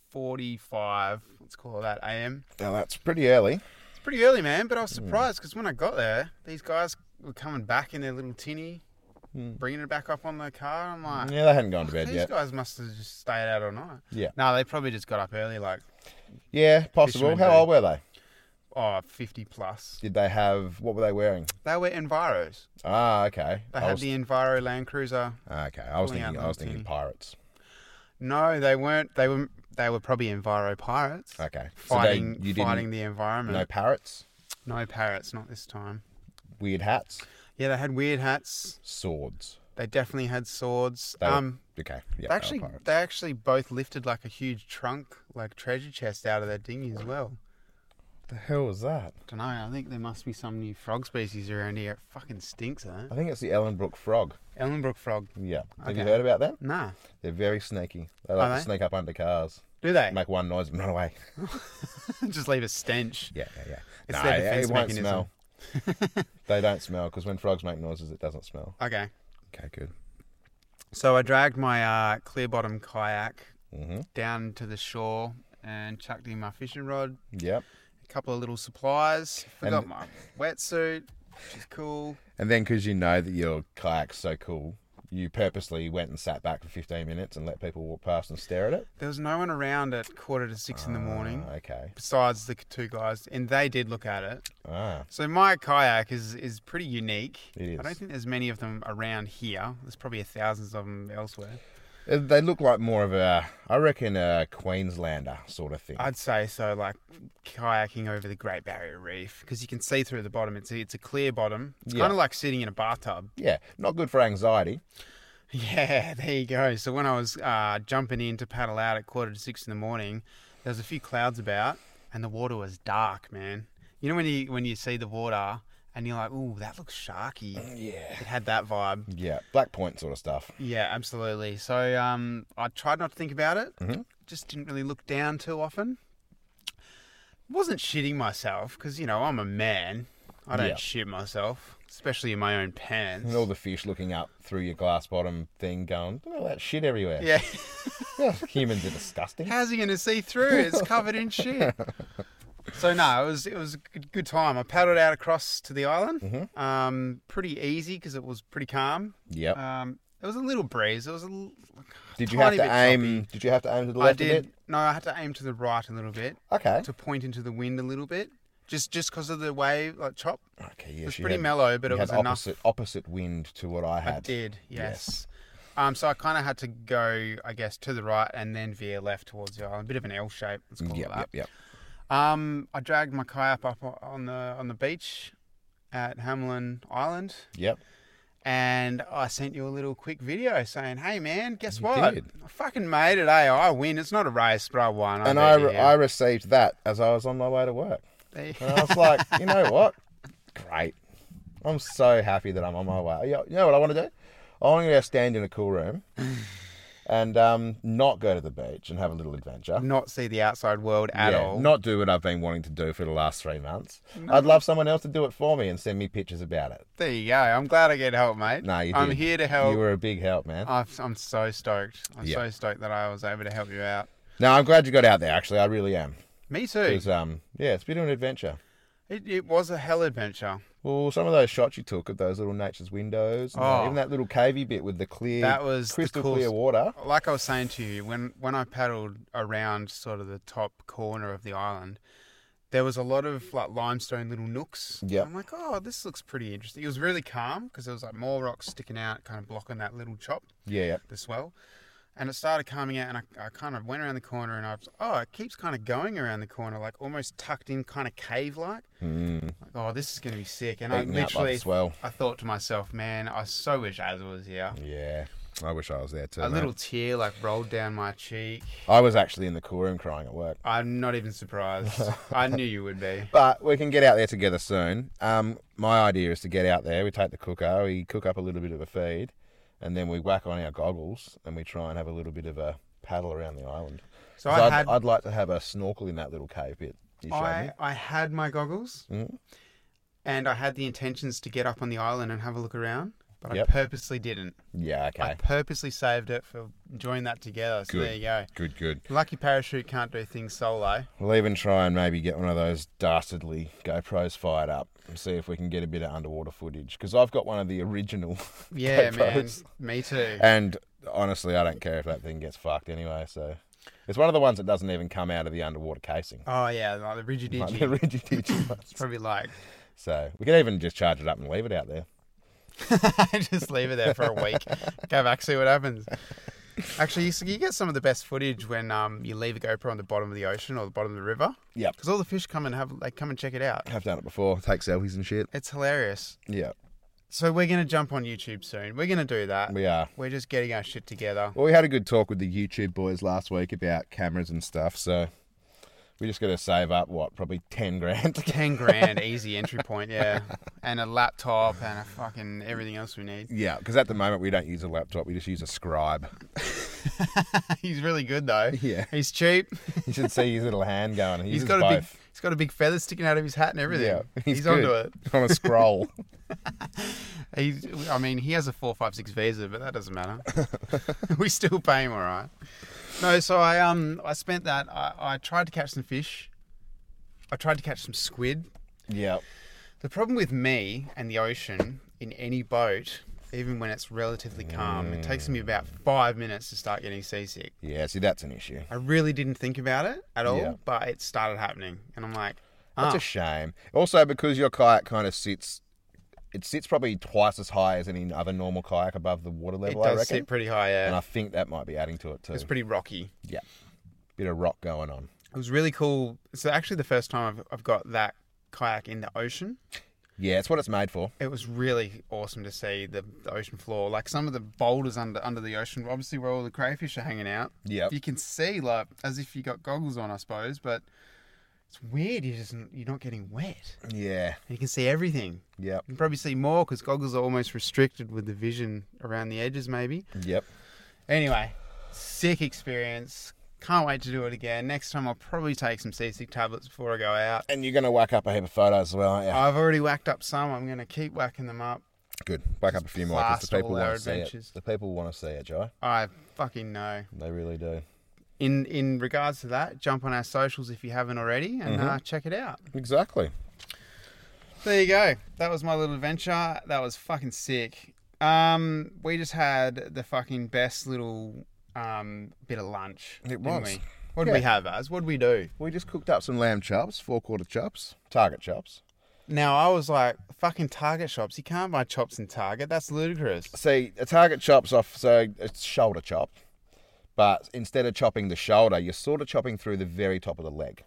[SPEAKER 1] forty-five. Let's call it that a.m.
[SPEAKER 2] Now that's pretty early.
[SPEAKER 1] It's pretty early, man. But I was
[SPEAKER 2] Hmm.
[SPEAKER 1] surprised because when I got there, these guys were coming back in their little tinny,
[SPEAKER 2] Mm.
[SPEAKER 1] bringing it back up on the car. I'm like,
[SPEAKER 2] Yeah, they hadn't gone to bed
[SPEAKER 1] these
[SPEAKER 2] yet.
[SPEAKER 1] guys must have just stayed out all night.
[SPEAKER 2] Yeah.
[SPEAKER 1] No, they probably just got up early, like,
[SPEAKER 2] Yeah, possible.
[SPEAKER 1] Fishermen
[SPEAKER 2] How
[SPEAKER 1] do.
[SPEAKER 2] old were they?
[SPEAKER 1] oh, 50 plus.
[SPEAKER 2] Did they have? What were they wearing?
[SPEAKER 1] They were Enviros.
[SPEAKER 2] Ah, okay.
[SPEAKER 1] They
[SPEAKER 2] I
[SPEAKER 1] had
[SPEAKER 2] was, ah,
[SPEAKER 1] the Enviro Land Cruiser.
[SPEAKER 2] okay, I was
[SPEAKER 1] pulling out
[SPEAKER 2] thinking. I was
[SPEAKER 1] the
[SPEAKER 2] thinking
[SPEAKER 1] tin.
[SPEAKER 2] pirates.
[SPEAKER 1] No, they weren't. They were they were probably Enviro pirates.
[SPEAKER 2] Okay. So they-
[SPEAKER 1] Fighting,
[SPEAKER 2] you didn't-
[SPEAKER 1] fighting the
[SPEAKER 2] No
[SPEAKER 1] environment.
[SPEAKER 2] parrots.
[SPEAKER 1] No parrots, not this time.
[SPEAKER 2] Weird hats.
[SPEAKER 1] Yeah, they had weird hats.
[SPEAKER 2] Swords.
[SPEAKER 1] They definitely had swords.
[SPEAKER 2] They were-
[SPEAKER 1] um,
[SPEAKER 2] Okay. Yeah. they
[SPEAKER 1] they
[SPEAKER 2] were
[SPEAKER 1] actually,
[SPEAKER 2] pirates.
[SPEAKER 1] they actually both lifted like a huge trunk, like treasure chest, out of their dinghy as well.
[SPEAKER 2] the hell was that?
[SPEAKER 1] Don't know. I think there must be some new frog species around here. It fucking stinks, though.
[SPEAKER 2] I think it's the Ellenbrook frog.
[SPEAKER 1] Ellenbrook frog.
[SPEAKER 2] Yeah. Have you
[SPEAKER 1] Okay.
[SPEAKER 2] heard about them?
[SPEAKER 1] Nah.
[SPEAKER 2] They're very sneaky. They
[SPEAKER 1] Are
[SPEAKER 2] like
[SPEAKER 1] they?
[SPEAKER 2] to sneak up under cars,
[SPEAKER 1] Do they?
[SPEAKER 2] make one noise and run away.
[SPEAKER 1] Just leave a stench.
[SPEAKER 2] Yeah, yeah, yeah.
[SPEAKER 1] It's their defense mechanism.
[SPEAKER 2] smell. they don't smell because when frogs make noises, it doesn't smell.
[SPEAKER 1] Okay.
[SPEAKER 2] Okay, good.
[SPEAKER 1] So I dragged my uh, clear bottom kayak
[SPEAKER 2] Mm-hmm.
[SPEAKER 1] down to the shore and chucked in my fishing rod,
[SPEAKER 2] Yep.
[SPEAKER 1] a couple of little supplies. Forgot
[SPEAKER 2] And-
[SPEAKER 1] my wetsuit, which is cool.
[SPEAKER 2] And then because you know that your kayak's so cool, you purposely went and sat back for 15 minutes and let people walk past and stare at it.
[SPEAKER 1] There was no one around at quarter to six in the morning.
[SPEAKER 2] Ah, okay.
[SPEAKER 1] Besides the two guys, and they did look at it.
[SPEAKER 2] Ah,
[SPEAKER 1] So my kayak is is pretty unique.
[SPEAKER 2] It is.
[SPEAKER 1] I don't think there's many of them around here. There's probably thousands of them elsewhere.
[SPEAKER 2] Uh, they look like more of a, I reckon, a Queenslander sort of thing.
[SPEAKER 1] I'd say so, like kayaking over the Great Barrier Reef, because you can see through the bottom. It's a, it's a clear bottom. It's
[SPEAKER 2] Yeah.
[SPEAKER 1] kind of like sitting in a bathtub.
[SPEAKER 2] yeah, not good for anxiety.
[SPEAKER 1] Yeah, there you go. So when I was uh, jumping in to paddle out at quarter to six in the morning, there was a few clouds about, and the water was dark, man. You know when you when you see the water and you're like, "Ooh, that looks sharky."
[SPEAKER 2] Mm, Yeah.
[SPEAKER 1] It had that vibe.
[SPEAKER 2] Yeah, black point sort of stuff.
[SPEAKER 1] Yeah, absolutely. So um, I tried not to think about it.
[SPEAKER 2] Mhm.
[SPEAKER 1] Just didn't really look down too often. Wasn't shitting myself because you know I'm a man. I don't
[SPEAKER 2] Yeah.
[SPEAKER 1] shit myself, especially in my own pants.
[SPEAKER 2] And all the fish looking up through your glass bottom thing, going, look at all that shit everywhere.
[SPEAKER 1] yeah,
[SPEAKER 2] Ugh, Humans are disgusting.
[SPEAKER 1] how's he gonna see through? It's covered in shit. So no, it was it was a good, good time. I paddled out across to the island.
[SPEAKER 2] Mhm.
[SPEAKER 1] Um, pretty easy because it was pretty calm.
[SPEAKER 2] Yep.
[SPEAKER 1] Um, it was a little breeze. It was a l-
[SPEAKER 2] did you have
[SPEAKER 1] tiny
[SPEAKER 2] to
[SPEAKER 1] bit
[SPEAKER 2] aim? Did you have to aim to the
[SPEAKER 1] I
[SPEAKER 2] left a
[SPEAKER 1] did.
[SPEAKER 2] bit?
[SPEAKER 1] No, I had to aim to the right a little bit.
[SPEAKER 2] Okay.
[SPEAKER 1] to point into the wind a little bit, just just because of the wave, like chop.
[SPEAKER 2] Okay. Yeah.
[SPEAKER 1] It was
[SPEAKER 2] she
[SPEAKER 1] pretty
[SPEAKER 2] had,
[SPEAKER 1] mellow, but
[SPEAKER 2] you
[SPEAKER 1] it was
[SPEAKER 2] had
[SPEAKER 1] enough.
[SPEAKER 2] opposite opposite wind to what I
[SPEAKER 1] I
[SPEAKER 2] had.
[SPEAKER 1] did, yes. Um, so I kind of had to go, I guess, to the right and then veer left towards the island. A bit of an L shape, let's call
[SPEAKER 2] Yep.
[SPEAKER 1] it that.
[SPEAKER 2] Yep. Yep.
[SPEAKER 1] Um, I dragged my kayak up on the on the beach at Hamlin Island,
[SPEAKER 2] Yep.
[SPEAKER 1] And I sent you a little quick video saying, "Hey man, guess
[SPEAKER 2] You
[SPEAKER 1] what?
[SPEAKER 2] did.
[SPEAKER 1] I fucking made it. Hey, I win. It's not a race, but I won." bet
[SPEAKER 2] and I,
[SPEAKER 1] you,
[SPEAKER 2] re-
[SPEAKER 1] yeah."
[SPEAKER 2] I received that as I was on my way to work.
[SPEAKER 1] There you-
[SPEAKER 2] And I was like, you know what? Great. I'm so happy that I'm on my way. You you know what I want to do? I want to go stand in a cool room and um, not go to the beach and have a little adventure.
[SPEAKER 1] not see the outside world at
[SPEAKER 2] Yeah,
[SPEAKER 1] all.
[SPEAKER 2] Not do what I've been wanting to do for the last three months. I'd love someone else to do it for me and send me pictures about it.
[SPEAKER 1] There you go. I'm glad I get help, mate.
[SPEAKER 2] No, you
[SPEAKER 1] I'm
[SPEAKER 2] did.
[SPEAKER 1] here to help.
[SPEAKER 2] You were a big help, man.
[SPEAKER 1] I've, I'm so stoked. I'm
[SPEAKER 2] Yeah.
[SPEAKER 1] so stoked that I was able to help you out.
[SPEAKER 2] No, I'm glad you got out there, actually. I really am.
[SPEAKER 1] Me too.
[SPEAKER 2] 'Cause, um, yeah, it's a bit of an adventure.
[SPEAKER 1] It, it was a hell adventure.
[SPEAKER 2] Well, some of those shots you took of those little nature's windows, and that-
[SPEAKER 1] Oh.
[SPEAKER 2] even that little cavey bit with the clear,
[SPEAKER 1] That was the
[SPEAKER 2] crystal
[SPEAKER 1] coolest-
[SPEAKER 2] clear water.
[SPEAKER 1] Like I was saying to you, when when I paddled around sort of the top corner of the island, there was a lot of like limestone little nooks.
[SPEAKER 2] Yep.
[SPEAKER 1] I'm like, oh, this looks pretty interesting. It was really calm because there was like more rocks sticking out, kind of blocking that little chop.
[SPEAKER 2] Yeah, yeah.
[SPEAKER 1] the swell. And it started coming out, and I, I kind of went around the corner, and I was, oh, it keeps kind of going around the corner, like almost tucked in, kind of cave like.
[SPEAKER 2] Mm,
[SPEAKER 1] Like, oh, this is going to be sick. And
[SPEAKER 2] eaten
[SPEAKER 1] I
[SPEAKER 2] out like
[SPEAKER 1] literally,
[SPEAKER 2] a swell.
[SPEAKER 1] I thought to myself, man, I so wish Az was here.
[SPEAKER 2] Yeah, I wish I was there too.
[SPEAKER 1] A
[SPEAKER 2] mate.
[SPEAKER 1] little tear like rolled down my cheek.
[SPEAKER 2] I was actually in the cool room crying at work.
[SPEAKER 1] I'm not even surprised. I knew you would be.
[SPEAKER 2] But we can get out there together soon. Um, my idea is to get out there. We take the cooker, we cook up a little bit of a feed, and then we whack on our goggles and we try and have a little bit of a paddle around the island.
[SPEAKER 1] So
[SPEAKER 2] 'Cause
[SPEAKER 1] I
[SPEAKER 2] I'd,
[SPEAKER 1] had,
[SPEAKER 2] I'd like to have a snorkel in that little cave bit you showed me.
[SPEAKER 1] I, I had my goggles,
[SPEAKER 2] Mhm.
[SPEAKER 1] and I had the intentions to get up on the island and have a look around, but
[SPEAKER 2] Yep.
[SPEAKER 1] I purposely didn't.
[SPEAKER 2] Yeah,
[SPEAKER 1] I
[SPEAKER 2] okay.
[SPEAKER 1] purposely saved it for joining that together. So
[SPEAKER 2] Good.
[SPEAKER 1] there you go.
[SPEAKER 2] Good, good.
[SPEAKER 1] Lucky parachute can't do things solo.
[SPEAKER 2] We'll even try and maybe get one of those dastardly GoPros fired up and see if we can get a bit of underwater footage. Because I've got one of the original.
[SPEAKER 1] Yeah, man.
[SPEAKER 2] GoPros.
[SPEAKER 1] Me too.
[SPEAKER 2] And honestly, I don't care if that thing gets fucked anyway. So it's one of the ones that doesn't even come out of the underwater casing.
[SPEAKER 1] Oh yeah, like the rigid
[SPEAKER 2] Like the
[SPEAKER 1] itchy.
[SPEAKER 2] rigid digit ones.
[SPEAKER 1] It's probably like
[SPEAKER 2] So we could even just charge it up and leave it out there.
[SPEAKER 1] just leave it there for a week. Go back, see what happens. Actually, you, you get some of the best footage when um, you leave a GoPro on the bottom of the ocean or the bottom of the river.
[SPEAKER 2] Yep.
[SPEAKER 1] Because all the fish come and have they come and check it out.
[SPEAKER 2] I've done it before. Take selfies and shit.
[SPEAKER 1] It's hilarious.
[SPEAKER 2] Yeah,
[SPEAKER 1] So we're gonna jump on YouTube soon. We're gonna do that.
[SPEAKER 2] we are.
[SPEAKER 1] We're just getting our shit together.
[SPEAKER 2] Well, we had a good talk with the YouTube boys last week about cameras and stuff. So we just got to save up, what, probably 10 grand?
[SPEAKER 1] Ten grand, easy entry point, yeah. And a laptop and a fucking everything else we need.
[SPEAKER 2] yeah, because at the moment we don't use a laptop, we just use a scribe.
[SPEAKER 1] He's really good though.
[SPEAKER 2] Yeah.
[SPEAKER 1] He's cheap.
[SPEAKER 2] You should see his little hand going. He
[SPEAKER 1] he's
[SPEAKER 2] uses
[SPEAKER 1] got a big
[SPEAKER 2] both.
[SPEAKER 1] he's got a big feather sticking out of his hat and everything.
[SPEAKER 2] Yeah,
[SPEAKER 1] he's,
[SPEAKER 2] he's
[SPEAKER 1] onto
[SPEAKER 2] good.
[SPEAKER 1] it.
[SPEAKER 2] on a scroll.
[SPEAKER 1] He's, I mean, he has a four five six visa, but that doesn't matter. we still pay him all right. No, so I um I spent that I, I tried to catch some fish. I tried to catch some squid.
[SPEAKER 2] yeah.
[SPEAKER 1] The problem with me and the ocean in any boat, even when it's relatively calm, it takes me about five minutes to start getting seasick.
[SPEAKER 2] Yeah, see, that's an issue.
[SPEAKER 1] I really didn't think about it at all,
[SPEAKER 2] Yeah.
[SPEAKER 1] but it started happening, and I'm like,
[SPEAKER 2] That's
[SPEAKER 1] ah,
[SPEAKER 2] a shame. Also, because your kayak kind of sits, it sits probably twice as high as any other normal kayak above the water
[SPEAKER 1] it
[SPEAKER 2] level, I
[SPEAKER 1] does
[SPEAKER 2] reckon.
[SPEAKER 1] sit pretty high. Yeah.
[SPEAKER 2] and I think that might be adding to it too.
[SPEAKER 1] It's pretty rocky.
[SPEAKER 2] Bit of rock going on.
[SPEAKER 1] It was really cool. It's actually the first time I've, I've got that kayak in the ocean.
[SPEAKER 2] Yeah, it's what it's made for.
[SPEAKER 1] It was really awesome to see the, the ocean floor. Like some of the boulders under under the ocean, obviously where all the crayfish are hanging out.
[SPEAKER 2] Yeah.
[SPEAKER 1] You can see like as if you got goggles on, I suppose. But it's weird. You just you're not getting wet.
[SPEAKER 2] Yeah.
[SPEAKER 1] And you can see everything.
[SPEAKER 2] Yep.
[SPEAKER 1] You can probably see more because goggles are almost restricted with the vision around the edges, maybe.
[SPEAKER 2] Yep.
[SPEAKER 1] Anyway, sick experience. Can't wait to do it again. Next time I'll probably take some seasick tablets before I go out.
[SPEAKER 2] And you're gonna whack up a heap of photos as well, aren't you?
[SPEAKER 1] I've already whacked up some. I'm going to keep whacking them up.
[SPEAKER 2] Good. Whack up a few more because
[SPEAKER 1] blast
[SPEAKER 2] the people
[SPEAKER 1] all our
[SPEAKER 2] want to see
[SPEAKER 1] adventures.
[SPEAKER 2] it. The people want to see it, Jai.
[SPEAKER 1] I fucking know.
[SPEAKER 2] They really do.
[SPEAKER 1] In in regards to that, jump on our socials if you haven't already and
[SPEAKER 2] Mm-hmm.
[SPEAKER 1] uh, check it out.
[SPEAKER 2] Exactly.
[SPEAKER 1] There you go. That was my little adventure. That was fucking sick. Um, we just had the fucking best little um bit of lunch.
[SPEAKER 2] It
[SPEAKER 1] didn't
[SPEAKER 2] was.
[SPEAKER 1] We? What did we have, Az? What did we do?
[SPEAKER 2] We just cooked up some lamb chops, four quarter chops, target chops.
[SPEAKER 1] Now I was like, fucking Target shops. You can't buy chops in Target. That's ludicrous.
[SPEAKER 2] See, a target chop's off, so it's shoulder chop. But instead of chopping the shoulder, you're sort of chopping through the very top of the leg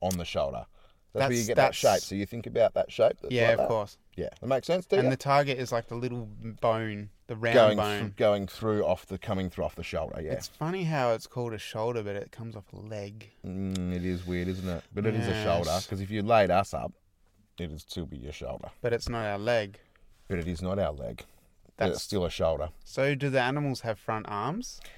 [SPEAKER 2] on the shoulder. That's, where you
[SPEAKER 1] That's-
[SPEAKER 2] get that shape.
[SPEAKER 1] that's-
[SPEAKER 2] So you think about that shape. That's
[SPEAKER 1] yeah,
[SPEAKER 2] like
[SPEAKER 1] of
[SPEAKER 2] that.
[SPEAKER 1] course.
[SPEAKER 2] Yeah, that makes sense. Do
[SPEAKER 1] And
[SPEAKER 2] you?
[SPEAKER 1] the target is like the little bone, the round
[SPEAKER 2] going
[SPEAKER 1] bone.
[SPEAKER 2] th- going through off the coming through off the shoulder. Yeah,
[SPEAKER 1] It's funny how it's called a shoulder, but it comes off a leg.
[SPEAKER 2] mm, it is weird, isn't it? But it is a shoulder
[SPEAKER 1] Yes.
[SPEAKER 2] because if you laid us up, it would still be your shoulder.
[SPEAKER 1] But it's not our leg.
[SPEAKER 2] But it is not our leg. That's
[SPEAKER 1] That's-
[SPEAKER 2] still a shoulder.
[SPEAKER 1] So do the animals have front arms?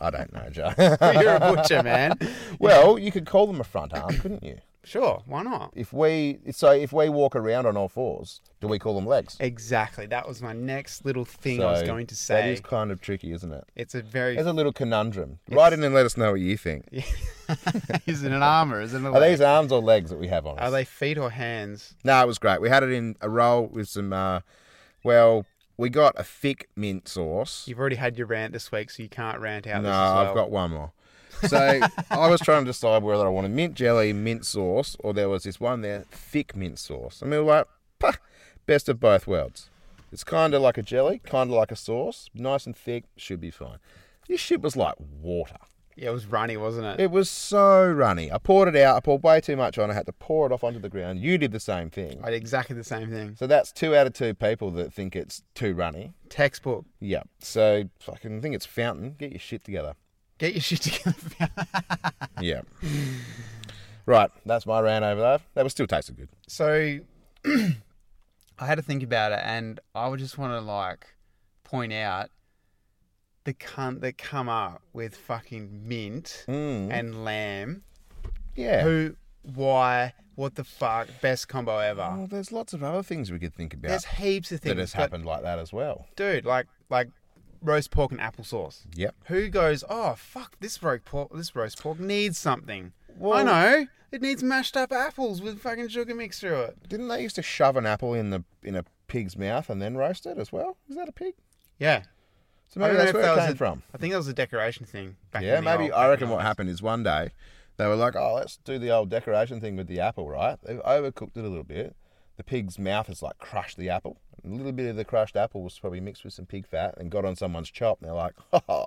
[SPEAKER 2] I don't know, Joe.
[SPEAKER 1] You're a butcher, man.
[SPEAKER 2] well, you could call them a front arm, couldn't you?
[SPEAKER 1] Sure, why not?
[SPEAKER 2] If we so if we walk around on all fours, do we call them legs?
[SPEAKER 1] Exactly. That was my next little thing I was
[SPEAKER 2] So
[SPEAKER 1] going to
[SPEAKER 2] That
[SPEAKER 1] say.
[SPEAKER 2] is kind of tricky, isn't it?
[SPEAKER 1] It's a very.
[SPEAKER 2] There's a little conundrum. Write in and let us know what you think.
[SPEAKER 1] is it an armor? Is it a
[SPEAKER 2] Are
[SPEAKER 1] leg?
[SPEAKER 2] these arms or legs that we have on us?
[SPEAKER 1] Are they feet or hands?
[SPEAKER 2] No, it was great. We had it in a roll with some. Uh, well, we got a thick mint sauce.
[SPEAKER 1] You've already had your rant this week, so you can't rant out.
[SPEAKER 2] no,
[SPEAKER 1] this as well.
[SPEAKER 2] I've got one more. So I was trying to decide whether I wanted mint jelly, mint sauce, or there was this one there, thick mint sauce. And we were like, "Pah, best of both worlds. It's kind of like a jelly, kind of like a sauce, nice and thick, should be fine. This shit was like water.
[SPEAKER 1] Yeah, it was runny, wasn't it?
[SPEAKER 2] It was so runny. I poured it out. I poured way too much on. I had to pour it off onto the ground. You did the same thing.
[SPEAKER 1] I did exactly the same thing.
[SPEAKER 2] So that's two out of two people that think it's too runny.
[SPEAKER 1] Textbook.
[SPEAKER 2] Yeah. So fucking think it's fountain. Get your shit together.
[SPEAKER 1] Get your shit together.
[SPEAKER 2] Yeah. right. That's my rant over there. That was still tasted good.
[SPEAKER 1] so I had to think about it, and I would just want to like point out the cunt that come up with fucking mint
[SPEAKER 2] Mm.
[SPEAKER 1] and lamb.
[SPEAKER 2] Yeah.
[SPEAKER 1] Who? Why? What the fuck? Best combo ever.
[SPEAKER 2] well, Oh, there's lots of other things we could think about
[SPEAKER 1] There's heaps of things
[SPEAKER 2] Ah. that has
[SPEAKER 1] but
[SPEAKER 2] happened like that as well.
[SPEAKER 1] dude. Like like roast pork and applesauce.
[SPEAKER 2] Yep.
[SPEAKER 1] Who goes? Oh fuck! This roast pork. This roast pork needs something. I
[SPEAKER 2] Well-
[SPEAKER 1] know. It needs mashed up apples with fucking sugar mixed through it.
[SPEAKER 2] Didn't they used to shove an apple in the in a pig's mouth and then roast it as well? Is that a pig?
[SPEAKER 1] Yeah.
[SPEAKER 2] So
[SPEAKER 1] I
[SPEAKER 2] maybe
[SPEAKER 1] don't
[SPEAKER 2] that's
[SPEAKER 1] know if
[SPEAKER 2] where it
[SPEAKER 1] that was
[SPEAKER 2] came
[SPEAKER 1] a-
[SPEAKER 2] from.
[SPEAKER 1] I think that was a decoration thing. Back
[SPEAKER 2] Yeah,
[SPEAKER 1] in the old-
[SPEAKER 2] maybe I reckon what happened is one day they were like, "Oh, let's do the old decoration thing with the apple, right?" They've overcooked it a little bit. The pig's mouth has like crushed the apple. A little bit of the crushed apple was probably mixed with some pig fat and got on someone's chop. And they're like, "Ha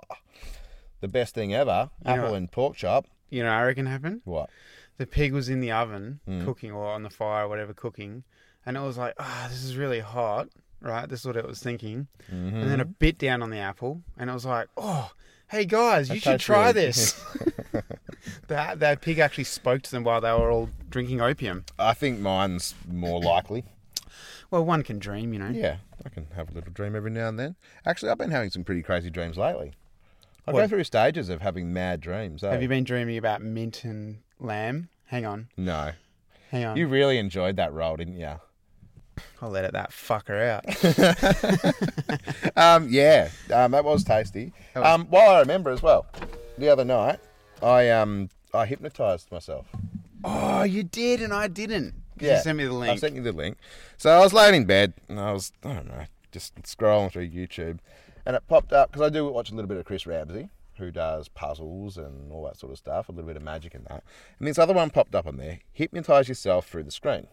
[SPEAKER 2] the best thing ever, apple and pork chop."
[SPEAKER 1] You know, what I reckon happened.
[SPEAKER 2] What?
[SPEAKER 1] The pig was in the oven
[SPEAKER 2] Mm.
[SPEAKER 1] cooking or on the fire or whatever cooking, and it was like, ah, this is really hot, right? This is what it was thinking. And
[SPEAKER 2] Mm-hmm.
[SPEAKER 1] then it bit down on the apple, and it was like, oh, hey guys, you should
[SPEAKER 2] tastes
[SPEAKER 1] try
[SPEAKER 2] really-
[SPEAKER 1] this. that that pig actually spoke to them while they were all drinking opium.
[SPEAKER 2] I think mine's more likely.
[SPEAKER 1] Well, one can dream, you know.
[SPEAKER 2] Yeah, I can have a little dream every now and then. Actually, I've been having some pretty crazy dreams lately. I
[SPEAKER 1] What?
[SPEAKER 2] go through stages of having mad dreams. eh?
[SPEAKER 1] Have you been dreaming about mint and lamb? Hang on,
[SPEAKER 2] No.
[SPEAKER 1] hang on.
[SPEAKER 2] You really enjoyed that role, didn't you?
[SPEAKER 1] I'll edit that fucker out.
[SPEAKER 2] Um, yeah, um, that was tasty. Um, while I remember as well, the other night I um I hypnotized myself.
[SPEAKER 1] Oh, you did, and I didn't. 'Cause
[SPEAKER 2] Yeah,
[SPEAKER 1] You sent me the
[SPEAKER 2] I
[SPEAKER 1] link.
[SPEAKER 2] sent you the link. So I was laying in bed and I was I don't know just scrolling through YouTube, and it popped up because I do watch a little bit of Chris Ramsey who does puzzles and all that sort of stuff, a little bit of magic and that. And this other one popped up on there: hypnotize yourself through the screen.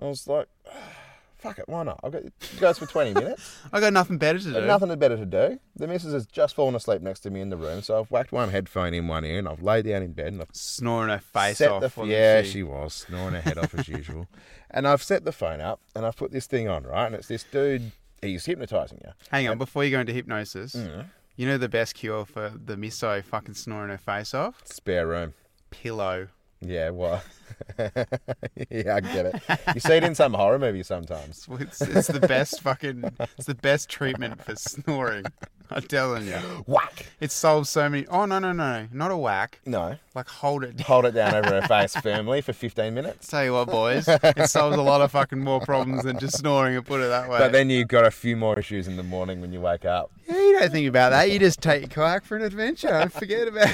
[SPEAKER 2] I was like, "Ah, fuck it, why not? I've got it goes for twenty minutes.
[SPEAKER 1] I got nothing better to do.
[SPEAKER 2] But nothing better to do. The missus has just fallen asleep next to me in the room, so I've whacked one headphone in one ear and I've laid down in bed and I've
[SPEAKER 1] Snoring her face
[SPEAKER 2] set
[SPEAKER 1] off.
[SPEAKER 2] the
[SPEAKER 1] wasn't
[SPEAKER 2] yeah, she was snoring her head off as usual, and I've set the phone up and I've put this thing on right, and it's this dude. He's hypnotizing you.
[SPEAKER 1] Hang on, before you go into hypnosis,
[SPEAKER 2] Mm.
[SPEAKER 1] you know the best cure for the miso fucking snoring her face off?
[SPEAKER 2] Spare room.
[SPEAKER 1] Pillow.
[SPEAKER 2] Yeah, well, yeah, I get it. You see it in some horror movies sometimes.
[SPEAKER 1] It's, it's, it's the best fucking. It's the best treatment for snoring. I'm telling you,
[SPEAKER 2] Whack.
[SPEAKER 1] it solves so many. Oh no no no, not a whack.
[SPEAKER 2] No,
[SPEAKER 1] Like hold it. down.
[SPEAKER 2] hold it down over her face firmly for 15 minutes.
[SPEAKER 1] Tell you what, boys, it solves a lot of fucking more problems than just snoring. And put it that way.
[SPEAKER 2] But then you've got a few more issues in the morning when you wake up.
[SPEAKER 1] yeah, you don't think about that. You just take your kayak for an adventure and forget about.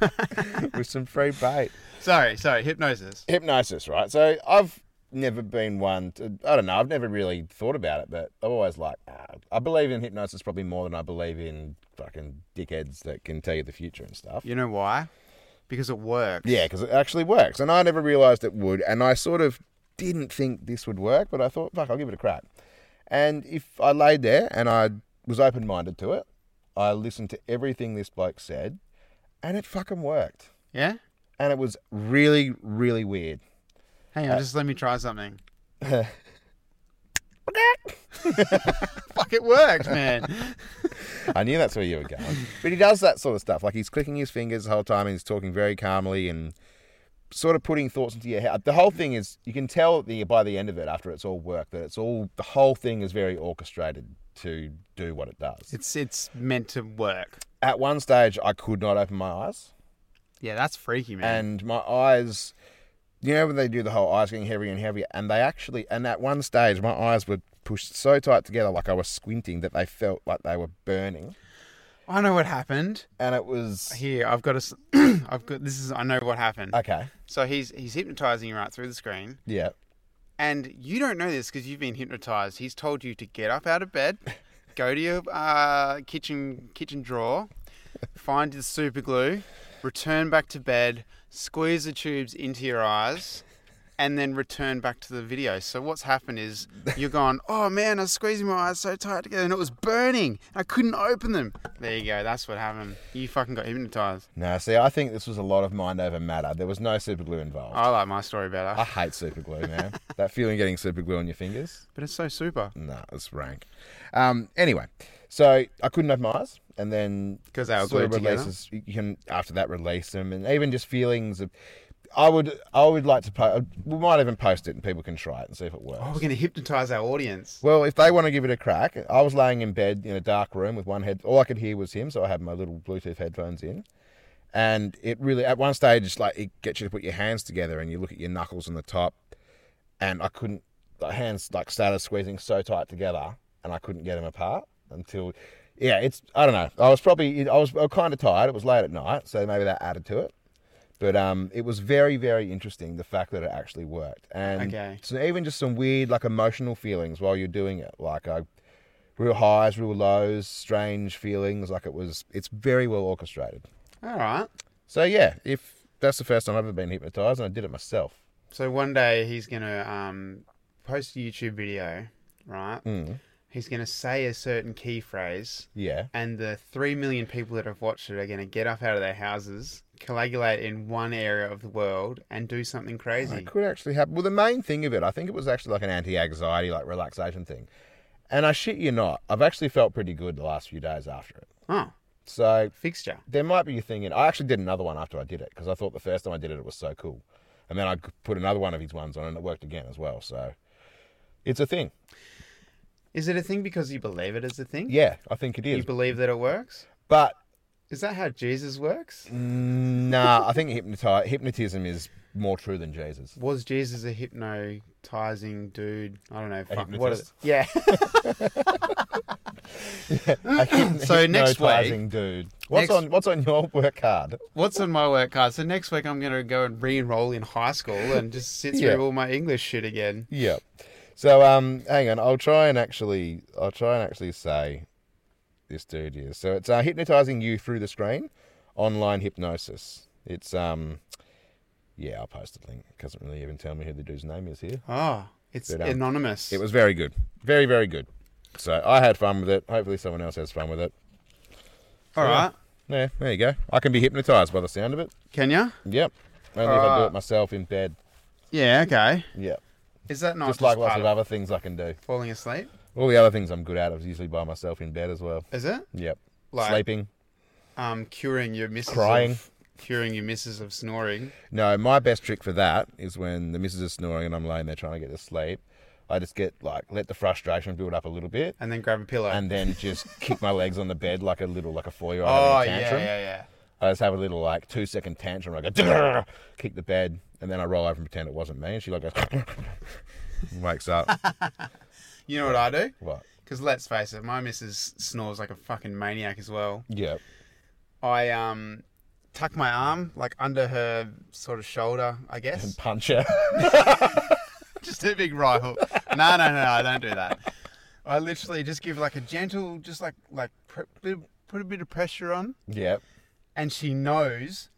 [SPEAKER 1] it.
[SPEAKER 2] with some free bait.
[SPEAKER 1] Sorry, sorry, hypnosis.
[SPEAKER 2] hypnosis, right? So I've never been one. To, I don't know. I've never really thought about it, but I've always like. ah, I believe in hypnosis probably more than I believe in fucking dickheads that can tell you the future and stuff.
[SPEAKER 1] You know why? Because it works.
[SPEAKER 2] Yeah, because it actually works, and I never realised it would, and I sort of didn't think this would work, but I thought, fuck, I'll give it a crack. And if I laid there and I was open-minded to it, I listened to everything this bloke said, and it fucking worked.
[SPEAKER 1] Yeah?
[SPEAKER 2] and it was really, really weird.
[SPEAKER 1] Hang on, just let me try something. Fuck, it worked, man.
[SPEAKER 2] I knew that's where you were going. But he does that sort of stuff. Like he's clicking his fingers the whole time and he's talking very calmly and sort of putting thoughts into your head. The whole thing is, you can tell the, by the end of it, after it's all work, that it's all, the whole thing is very orchestrated to do what it does.
[SPEAKER 1] It's it's meant to work.
[SPEAKER 2] At one stage, I could not open my eyes
[SPEAKER 1] Yeah, that's freaky, man.
[SPEAKER 2] and my eyes, you know, when they do the whole eyes getting heavier and heavier, and they actually, and at one stage, my eyes were pushed so tight together, like I was squinting, that they felt like they were burning.
[SPEAKER 1] I know what happened.
[SPEAKER 2] And it was
[SPEAKER 1] Here, I've got a. s- I've got this is. I know what happened.
[SPEAKER 2] okay,
[SPEAKER 1] So he's he's hypnotizing you right through the screen,
[SPEAKER 2] yeah.
[SPEAKER 1] and you don't know this because you've been hypnotized. He's told you to get up out of bed, go to your uh, kitchen kitchen drawer, find the super glue, return back to bed, squeeze the tubes into your eyes. And then return back to the video. So what's happened is you're gone. Oh man, I was squeezing my eyes so tight together, and it was burning. I couldn't open them. There you go. That's what happened. You fucking got hypnotized.
[SPEAKER 2] No, see, I think this was a lot of mind over matter. There was no super glue involved.
[SPEAKER 1] I like my story better,
[SPEAKER 2] I hate super glue, man. that feeling getting super glue on your fingers.
[SPEAKER 1] but it's so super.
[SPEAKER 2] No, it's rank. Um, anyway, so I couldn't open my eyes, and then
[SPEAKER 1] 'Cause they were
[SPEAKER 2] sort of
[SPEAKER 1] glued together?
[SPEAKER 2] releases you can after that release them, and even just feelings of. I would, I would like to. Po- we might even post it, and people can try it and see if it works.
[SPEAKER 1] Oh, we're going to hypnotize our audience.
[SPEAKER 2] Well, if they want to give it a crack, I was laying in bed in a dark room with one head. All I could hear was him, so I had my little Bluetooth headphones in, and it really at one stage it's like it gets you to put your hands together and you look at your knuckles on the top, and I couldn't. The hands like started squeezing so tight together, and I couldn't get them apart until. Yeah, it's I don't know. I was probably I was, I was kind of tired. It was late at night, so maybe that added to it. But um, it was very very interesting the fact that it actually worked, and
[SPEAKER 1] Okay.
[SPEAKER 2] so even just some weird like emotional feelings while you're doing it, like I, real highs, real lows, strange feelings. Like it was, it's very well orchestrated.
[SPEAKER 1] All right.
[SPEAKER 2] So yeah, if that's the first time I've ever been hypnotized, and I did it myself.
[SPEAKER 1] So one day he's going to um, post a YouTube video, right?
[SPEAKER 2] Mm.
[SPEAKER 1] He's going to say a certain key phrase,
[SPEAKER 2] Yeah.
[SPEAKER 1] and the 3 million people that have watched it are going to get up out of their houses, coagulate in one area of the world, and do something crazy.
[SPEAKER 2] It could actually happen. Well, the main thing of it, I think it was actually like an anti-anxiety, like relaxation thing. And I shit you not, I've actually felt pretty good the last few days after it.
[SPEAKER 1] Oh,
[SPEAKER 2] So
[SPEAKER 1] fixture.
[SPEAKER 2] there might be a thing in. I actually did another one after I did it because I thought the first time I did it, it was so cool, and then I put another one of his ones on, and it worked again as well. So it's a thing.
[SPEAKER 1] Is it a thing because you believe it is a thing?
[SPEAKER 2] Yeah, I think it
[SPEAKER 1] You
[SPEAKER 2] is.
[SPEAKER 1] believe that it works?
[SPEAKER 2] But
[SPEAKER 1] Is that how Jesus works?
[SPEAKER 2] Mm, Nah, I think hypnoti- hypnotism is more true than Jesus.
[SPEAKER 1] Was Jesus a hypnotizing dude? I don't know. Fuck, what is,
[SPEAKER 2] hypnotist?
[SPEAKER 1] yeah.
[SPEAKER 2] A hyp-
[SPEAKER 1] So next week-
[SPEAKER 2] hypnotising dude. What's
[SPEAKER 1] next-
[SPEAKER 2] on What's on your work card?
[SPEAKER 1] What's on my work card? So next week I'm going to go and re-enroll in high school and just sit through
[SPEAKER 2] Yeah.
[SPEAKER 1] all my English shit again.
[SPEAKER 2] Yeah. So um, hang on. I'll try and actually I'll try and actually say this dude is. So it's uh, hypnotizing you through the screen, online hypnosis. It's um, yeah. I'll post a link. It doesn't really even tell me who the dude's name is here.
[SPEAKER 1] Oh, it's
[SPEAKER 2] Good, um,
[SPEAKER 1] anonymous.
[SPEAKER 2] It was very good. Very very good. So I had fun with it. Hopefully someone else has fun with it.
[SPEAKER 1] all right.
[SPEAKER 2] Yeah, there you go. I can be hypnotized by the sound of it.
[SPEAKER 1] Can you?
[SPEAKER 2] Yep. Only if I do it myself in bed.
[SPEAKER 1] Yeah. Okay.
[SPEAKER 2] Yep.
[SPEAKER 1] Is that not
[SPEAKER 2] Just
[SPEAKER 1] just,
[SPEAKER 2] like lots
[SPEAKER 1] part
[SPEAKER 2] of
[SPEAKER 1] of
[SPEAKER 2] other things I can do.
[SPEAKER 1] falling asleep?
[SPEAKER 2] All the other things I'm good at is usually by myself in bed as well.
[SPEAKER 1] Is it
[SPEAKER 2] Yep.
[SPEAKER 1] Like-
[SPEAKER 2] Sleeping.
[SPEAKER 1] um curing your misses
[SPEAKER 2] Crying.
[SPEAKER 1] Of, curing your misses of snoring?
[SPEAKER 2] No, my best trick for that is when the missus is snoring and I'm laying there trying to get to sleep. I just get like let the frustration build up a little bit
[SPEAKER 1] And then grab a pillow.
[SPEAKER 2] and then just kick my legs on the bed like a little like a four year old
[SPEAKER 1] oh
[SPEAKER 2] having a
[SPEAKER 1] yeah,
[SPEAKER 2] tantrum.
[SPEAKER 1] yeah, yeah.
[SPEAKER 2] I just have a little like two second tantrum. Where I go "Durr," kick the bed, and then I roll over and pretend it wasn't me. And she like goes and wakes up.
[SPEAKER 1] You know what I do?
[SPEAKER 2] what?
[SPEAKER 1] Because let's face it, my missus snores like a fucking maniac as well.
[SPEAKER 2] Yeah.
[SPEAKER 1] I um tuck my arm like under her sort of shoulder, I guess.
[SPEAKER 2] And punch her.
[SPEAKER 1] just a big right hook. No, no, no, I don't do that. I literally just give like a gentle, just like like pr- bit- put a bit of pressure on,
[SPEAKER 2] yep.
[SPEAKER 1] and she knows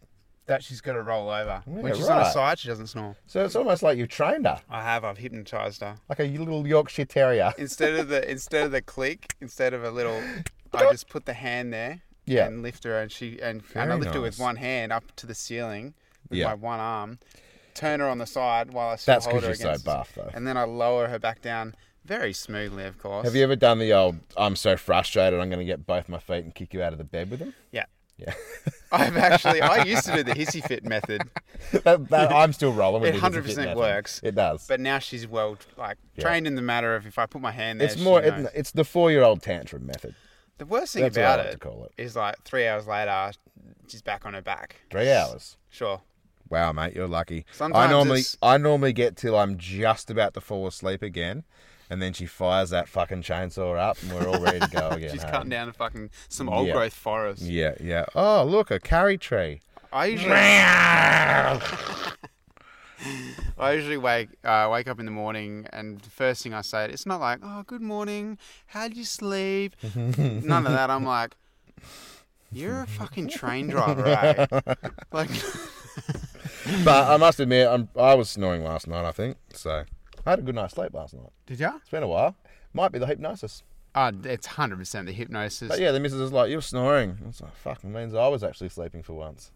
[SPEAKER 1] that she's got to roll over.
[SPEAKER 2] Yeah,
[SPEAKER 1] when she's on her
[SPEAKER 2] right.
[SPEAKER 1] side, she doesn't snore.
[SPEAKER 2] So it's almost like you've trained her,
[SPEAKER 1] I have. I've hypnotized her.
[SPEAKER 2] like a little Yorkshire Terrier.
[SPEAKER 1] Instead of the instead of the click, instead of a little, I just put the hand there
[SPEAKER 2] Yeah.
[SPEAKER 1] and lift her, and she and, and I
[SPEAKER 2] Very
[SPEAKER 1] lift her with
[SPEAKER 2] nice.
[SPEAKER 1] one hand up to the ceiling. with
[SPEAKER 2] Yeah.
[SPEAKER 1] my one arm, turn her on the side while I still
[SPEAKER 2] That's
[SPEAKER 1] hold
[SPEAKER 2] because
[SPEAKER 1] her
[SPEAKER 2] you're so
[SPEAKER 1] against,
[SPEAKER 2] buff, though.
[SPEAKER 1] and then I lower her back down very smoothly, of course.
[SPEAKER 2] Have you ever done the old, I'm so frustrated, I'm going to get both my feet and kick you out of the bed with them?
[SPEAKER 1] Yeah.
[SPEAKER 2] Yeah.
[SPEAKER 1] I've actually I used to do the hissy fit method,
[SPEAKER 2] that, that, I'm still rolling with
[SPEAKER 1] It
[SPEAKER 2] this, if
[SPEAKER 1] 100%
[SPEAKER 2] knows.
[SPEAKER 1] works.
[SPEAKER 2] It does.
[SPEAKER 1] but now she's well like
[SPEAKER 2] Yeah.
[SPEAKER 1] trained in the matter of if I put my hand there.
[SPEAKER 2] it's
[SPEAKER 1] she
[SPEAKER 2] more,
[SPEAKER 1] knows.
[SPEAKER 2] it, it's the four year old tantrum method.
[SPEAKER 1] the worst thing
[SPEAKER 2] that's what I
[SPEAKER 1] about
[SPEAKER 2] like to
[SPEAKER 1] it
[SPEAKER 2] call
[SPEAKER 1] is like three hours later, she's back on her back.
[SPEAKER 2] Three hours.
[SPEAKER 1] Sure.
[SPEAKER 2] Wow, mate, you're lucky. I
[SPEAKER 1] Sometimes
[SPEAKER 2] normally
[SPEAKER 1] it's-
[SPEAKER 2] I normally get till I'm just about to fall asleep again, and then she fires that fucking chainsaw up, and we're all ready to go again.
[SPEAKER 1] She's
[SPEAKER 2] home.
[SPEAKER 1] cutting down a fucking some old
[SPEAKER 2] Yeah.
[SPEAKER 1] growth forest.
[SPEAKER 2] Yeah, yeah. Oh, look, a curry tree.
[SPEAKER 1] I usually
[SPEAKER 2] yeah,
[SPEAKER 1] I usually wake uh, wake up in the morning and the first thing I say it's not like oh good morning how'd you sleep none of that I'm like you're a fucking train driver right like
[SPEAKER 2] but I must admit, I'm, I was snoring last night. I think so. I had a good night's sleep last night.
[SPEAKER 1] did ya
[SPEAKER 2] It's been a while. Might be the hypnosis.
[SPEAKER 1] oh it's hundred percent the hypnosis
[SPEAKER 2] But Oh, yeah, the missus was like, "You're snoring." I was like, "Fuck," it means I was actually sleeping for once.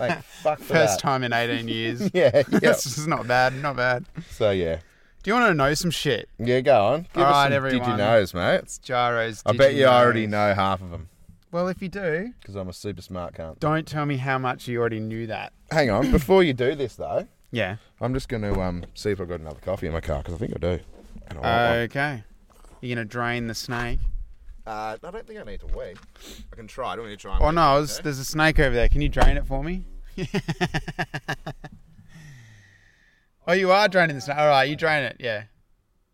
[SPEAKER 2] like, fuck for
[SPEAKER 1] first
[SPEAKER 2] that.
[SPEAKER 1] time in eighteen years
[SPEAKER 2] Yeah, yeah.
[SPEAKER 1] this is not bad not bad
[SPEAKER 2] so yeah,
[SPEAKER 1] do you want to know some shit
[SPEAKER 2] yeah. Go on.
[SPEAKER 1] All
[SPEAKER 2] Give us
[SPEAKER 1] right,
[SPEAKER 2] some did you
[SPEAKER 1] everyone.
[SPEAKER 2] knows, mate?
[SPEAKER 1] it's Gyros
[SPEAKER 2] I
[SPEAKER 1] did
[SPEAKER 2] bet you I already
[SPEAKER 1] knows.
[SPEAKER 2] know half of them
[SPEAKER 1] well if you do
[SPEAKER 2] because I'm a super smart cunt.
[SPEAKER 1] don't tell me how much you already knew that
[SPEAKER 2] Hang on, before you do this though,
[SPEAKER 1] yeah
[SPEAKER 2] I'm just going to um see if I've got another coffee in my car because I think I do. And I, want one.
[SPEAKER 1] okay you're gonna drain the snake.
[SPEAKER 2] Uh, I don't think I need to wait. I can try. I don't need to try. and
[SPEAKER 1] Oh
[SPEAKER 2] wee,
[SPEAKER 1] no, there's,
[SPEAKER 2] okay?
[SPEAKER 1] there's a snake over there. Can you drain it for me? oh, you are draining the snake. All right, you drain it. Yeah,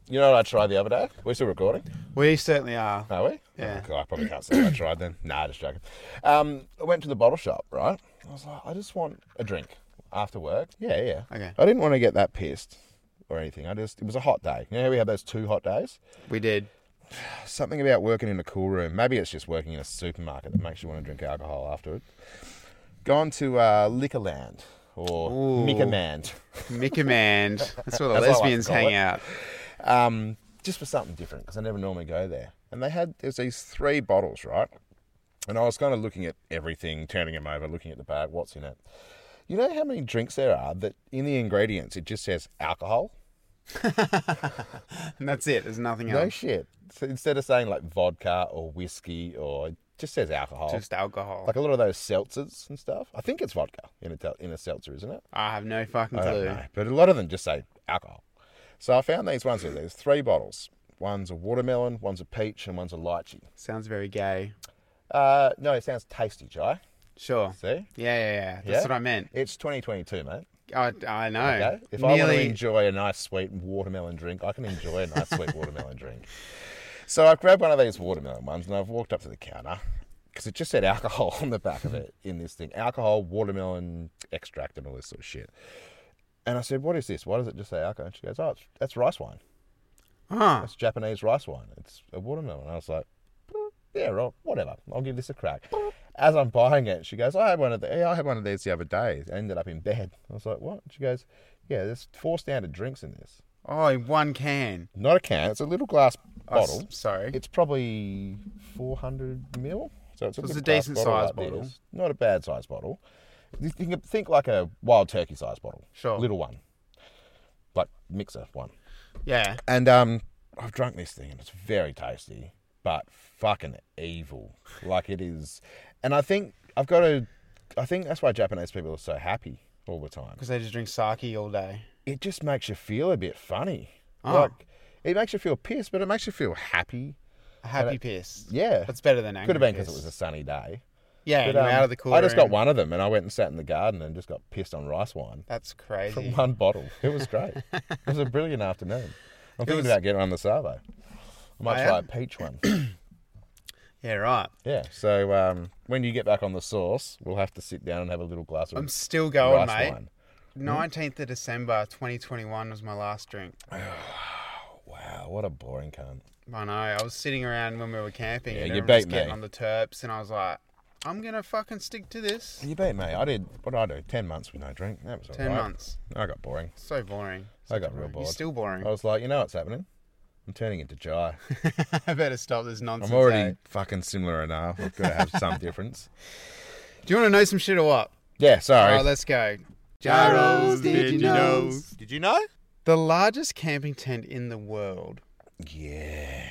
[SPEAKER 2] You know what I tried the other day? We're still recording,
[SPEAKER 1] we certainly are.
[SPEAKER 2] are we?
[SPEAKER 1] Yeah.
[SPEAKER 2] Oh, God, I probably can't say what I tried then. Nah, just joking. Um, I went to the bottle shop, right? I was like, I just want a drink after work. Yeah, yeah.
[SPEAKER 1] Okay.
[SPEAKER 2] I didn't want to get that pissed or anything. I just, it was a hot day. You know, how we had those two hot days.
[SPEAKER 1] We did.
[SPEAKER 2] something about working in a cool room. Maybe it's just working in a supermarket that makes you want to drink alcohol afterward. Gone to uh, Liquorland or
[SPEAKER 1] Ooh.
[SPEAKER 2] Mickerland,
[SPEAKER 1] Mickemand. That's where the
[SPEAKER 2] That's what I like to
[SPEAKER 1] lesbians
[SPEAKER 2] call
[SPEAKER 1] hang
[SPEAKER 2] it.
[SPEAKER 1] out.
[SPEAKER 2] um, just for something different because I never normally go there. And they had there's these three bottles, right? And I was kind of looking at everything, turning them over, looking at the bag, what's in it. You know how many drinks there are that in the ingredients it just says alcohol?
[SPEAKER 1] And that's it. There's nothing
[SPEAKER 2] No
[SPEAKER 1] else.
[SPEAKER 2] shit. So instead of saying like vodka or whiskey or it just says alcohol.
[SPEAKER 1] Just alcohol.
[SPEAKER 2] like a lot of those seltzers and stuff. I think it's vodka in a, tel- in a seltzer, isn't it?
[SPEAKER 1] I have no fucking
[SPEAKER 2] I don't
[SPEAKER 1] clue.
[SPEAKER 2] know. But a lot of them just say alcohol. So I found these ones. here. There's three bottles. One's a watermelon, one's a peach, and one's a lychee.
[SPEAKER 1] Sounds very gay.
[SPEAKER 2] Uh, no, it sounds tasty, Jai.
[SPEAKER 1] Sure.
[SPEAKER 2] See?
[SPEAKER 1] Yeah, yeah, yeah. That's
[SPEAKER 2] Yeah?
[SPEAKER 1] what I meant.
[SPEAKER 2] It's 2022, mate.
[SPEAKER 1] I, I know.
[SPEAKER 2] Okay? If I want to
[SPEAKER 1] Nearly.
[SPEAKER 2] enjoy a nice sweet watermelon drink, I can enjoy a nice sweet watermelon drink. So I've grabbed one of these watermelon ones and I've walked up to the counter because it just said alcohol on the back of it in this thing alcohol, watermelon extract, and all this sort of shit. And I said, What is this? Why does it just say alcohol? And she goes, Oh, it's, that's rice wine.
[SPEAKER 1] Huh.
[SPEAKER 2] That's Japanese rice wine. It's a watermelon. And I was like, Yeah, right, whatever. I'll give this a crack. As I'm buying it, she goes, I had one of the, yeah, I had one of these the other day. It ended up in bed. I was like, What? She goes, Yeah, there's four standard drinks in this.
[SPEAKER 1] Oh, in one can.
[SPEAKER 2] Not a can. It's a little glass
[SPEAKER 1] Oh, s-
[SPEAKER 2] bottle.
[SPEAKER 1] sorry.
[SPEAKER 2] It's probably 400 mil. So it's a,
[SPEAKER 1] it's
[SPEAKER 2] good
[SPEAKER 1] a decent
[SPEAKER 2] glass
[SPEAKER 1] size
[SPEAKER 2] like
[SPEAKER 1] bottle.
[SPEAKER 2] this. Not a bad size bottle. You can think like a wild turkey size bottle.
[SPEAKER 1] Sure.
[SPEAKER 2] Little one. Like mixer one.
[SPEAKER 1] Yeah.
[SPEAKER 2] And um, I've drunk this thing and it's very tasty, but fucking evil. Like it is. And I think I've got to, I think that's why Japanese people are so happy all the time
[SPEAKER 1] Because they just drink sake all day.
[SPEAKER 2] it just makes you feel a bit funny.
[SPEAKER 1] Oh.
[SPEAKER 2] Like it makes you feel pissed, but it makes you feel happy.
[SPEAKER 1] A happy piss.
[SPEAKER 2] Yeah,
[SPEAKER 1] That's better than angry
[SPEAKER 2] could have been because
[SPEAKER 1] piss.
[SPEAKER 2] it was a sunny day.
[SPEAKER 1] Yeah,
[SPEAKER 2] But,
[SPEAKER 1] you're
[SPEAKER 2] um,
[SPEAKER 1] out of the cool
[SPEAKER 2] I just got
[SPEAKER 1] room.
[SPEAKER 2] one of them, and I went and sat in the garden and just got pissed on rice wine
[SPEAKER 1] That's
[SPEAKER 2] from
[SPEAKER 1] crazy.
[SPEAKER 2] one bottle. It was great. it was a brilliant afternoon. I'm thinking
[SPEAKER 1] was-
[SPEAKER 2] about getting on the Savo. I might
[SPEAKER 1] I
[SPEAKER 2] try
[SPEAKER 1] am.
[SPEAKER 2] a peach one.
[SPEAKER 1] Yeah, right.
[SPEAKER 2] yeah. So um, when you get back on the sauce, we'll have to sit down and have a little glass of
[SPEAKER 1] I'm still going,
[SPEAKER 2] rice
[SPEAKER 1] mate.
[SPEAKER 2] wine.
[SPEAKER 1] 19th of December 2021 was my last drink.
[SPEAKER 2] Wow, what a boring cunt.
[SPEAKER 1] I know. I was sitting around when we were camping
[SPEAKER 2] Yeah,
[SPEAKER 1] and
[SPEAKER 2] you
[SPEAKER 1] everyone
[SPEAKER 2] beat
[SPEAKER 1] was getting
[SPEAKER 2] me.
[SPEAKER 1] on the terps, and I was like, I'm going to fucking stick to this.
[SPEAKER 2] You beat me. I did. What did I do? Ten months with no drink. That was all
[SPEAKER 1] 10
[SPEAKER 2] right.
[SPEAKER 1] months.
[SPEAKER 2] I got boring.
[SPEAKER 1] So boring.
[SPEAKER 2] I got real
[SPEAKER 1] You're
[SPEAKER 2] bored. Oh.
[SPEAKER 1] still boring.
[SPEAKER 2] I was like, you know what's happening? I'm turning into Jai.
[SPEAKER 1] I better stop this nonsense.
[SPEAKER 2] I'm already
[SPEAKER 1] eh?
[SPEAKER 2] fucking similar enough. I've got to have some difference.
[SPEAKER 1] Do you want to know some shit or what?
[SPEAKER 2] Yeah,
[SPEAKER 1] All
[SPEAKER 2] sorry.
[SPEAKER 1] right, let's go.
[SPEAKER 2] Gyros, did you
[SPEAKER 1] know?
[SPEAKER 3] Did you know?
[SPEAKER 1] The largest camping tent in the world.
[SPEAKER 2] yeah.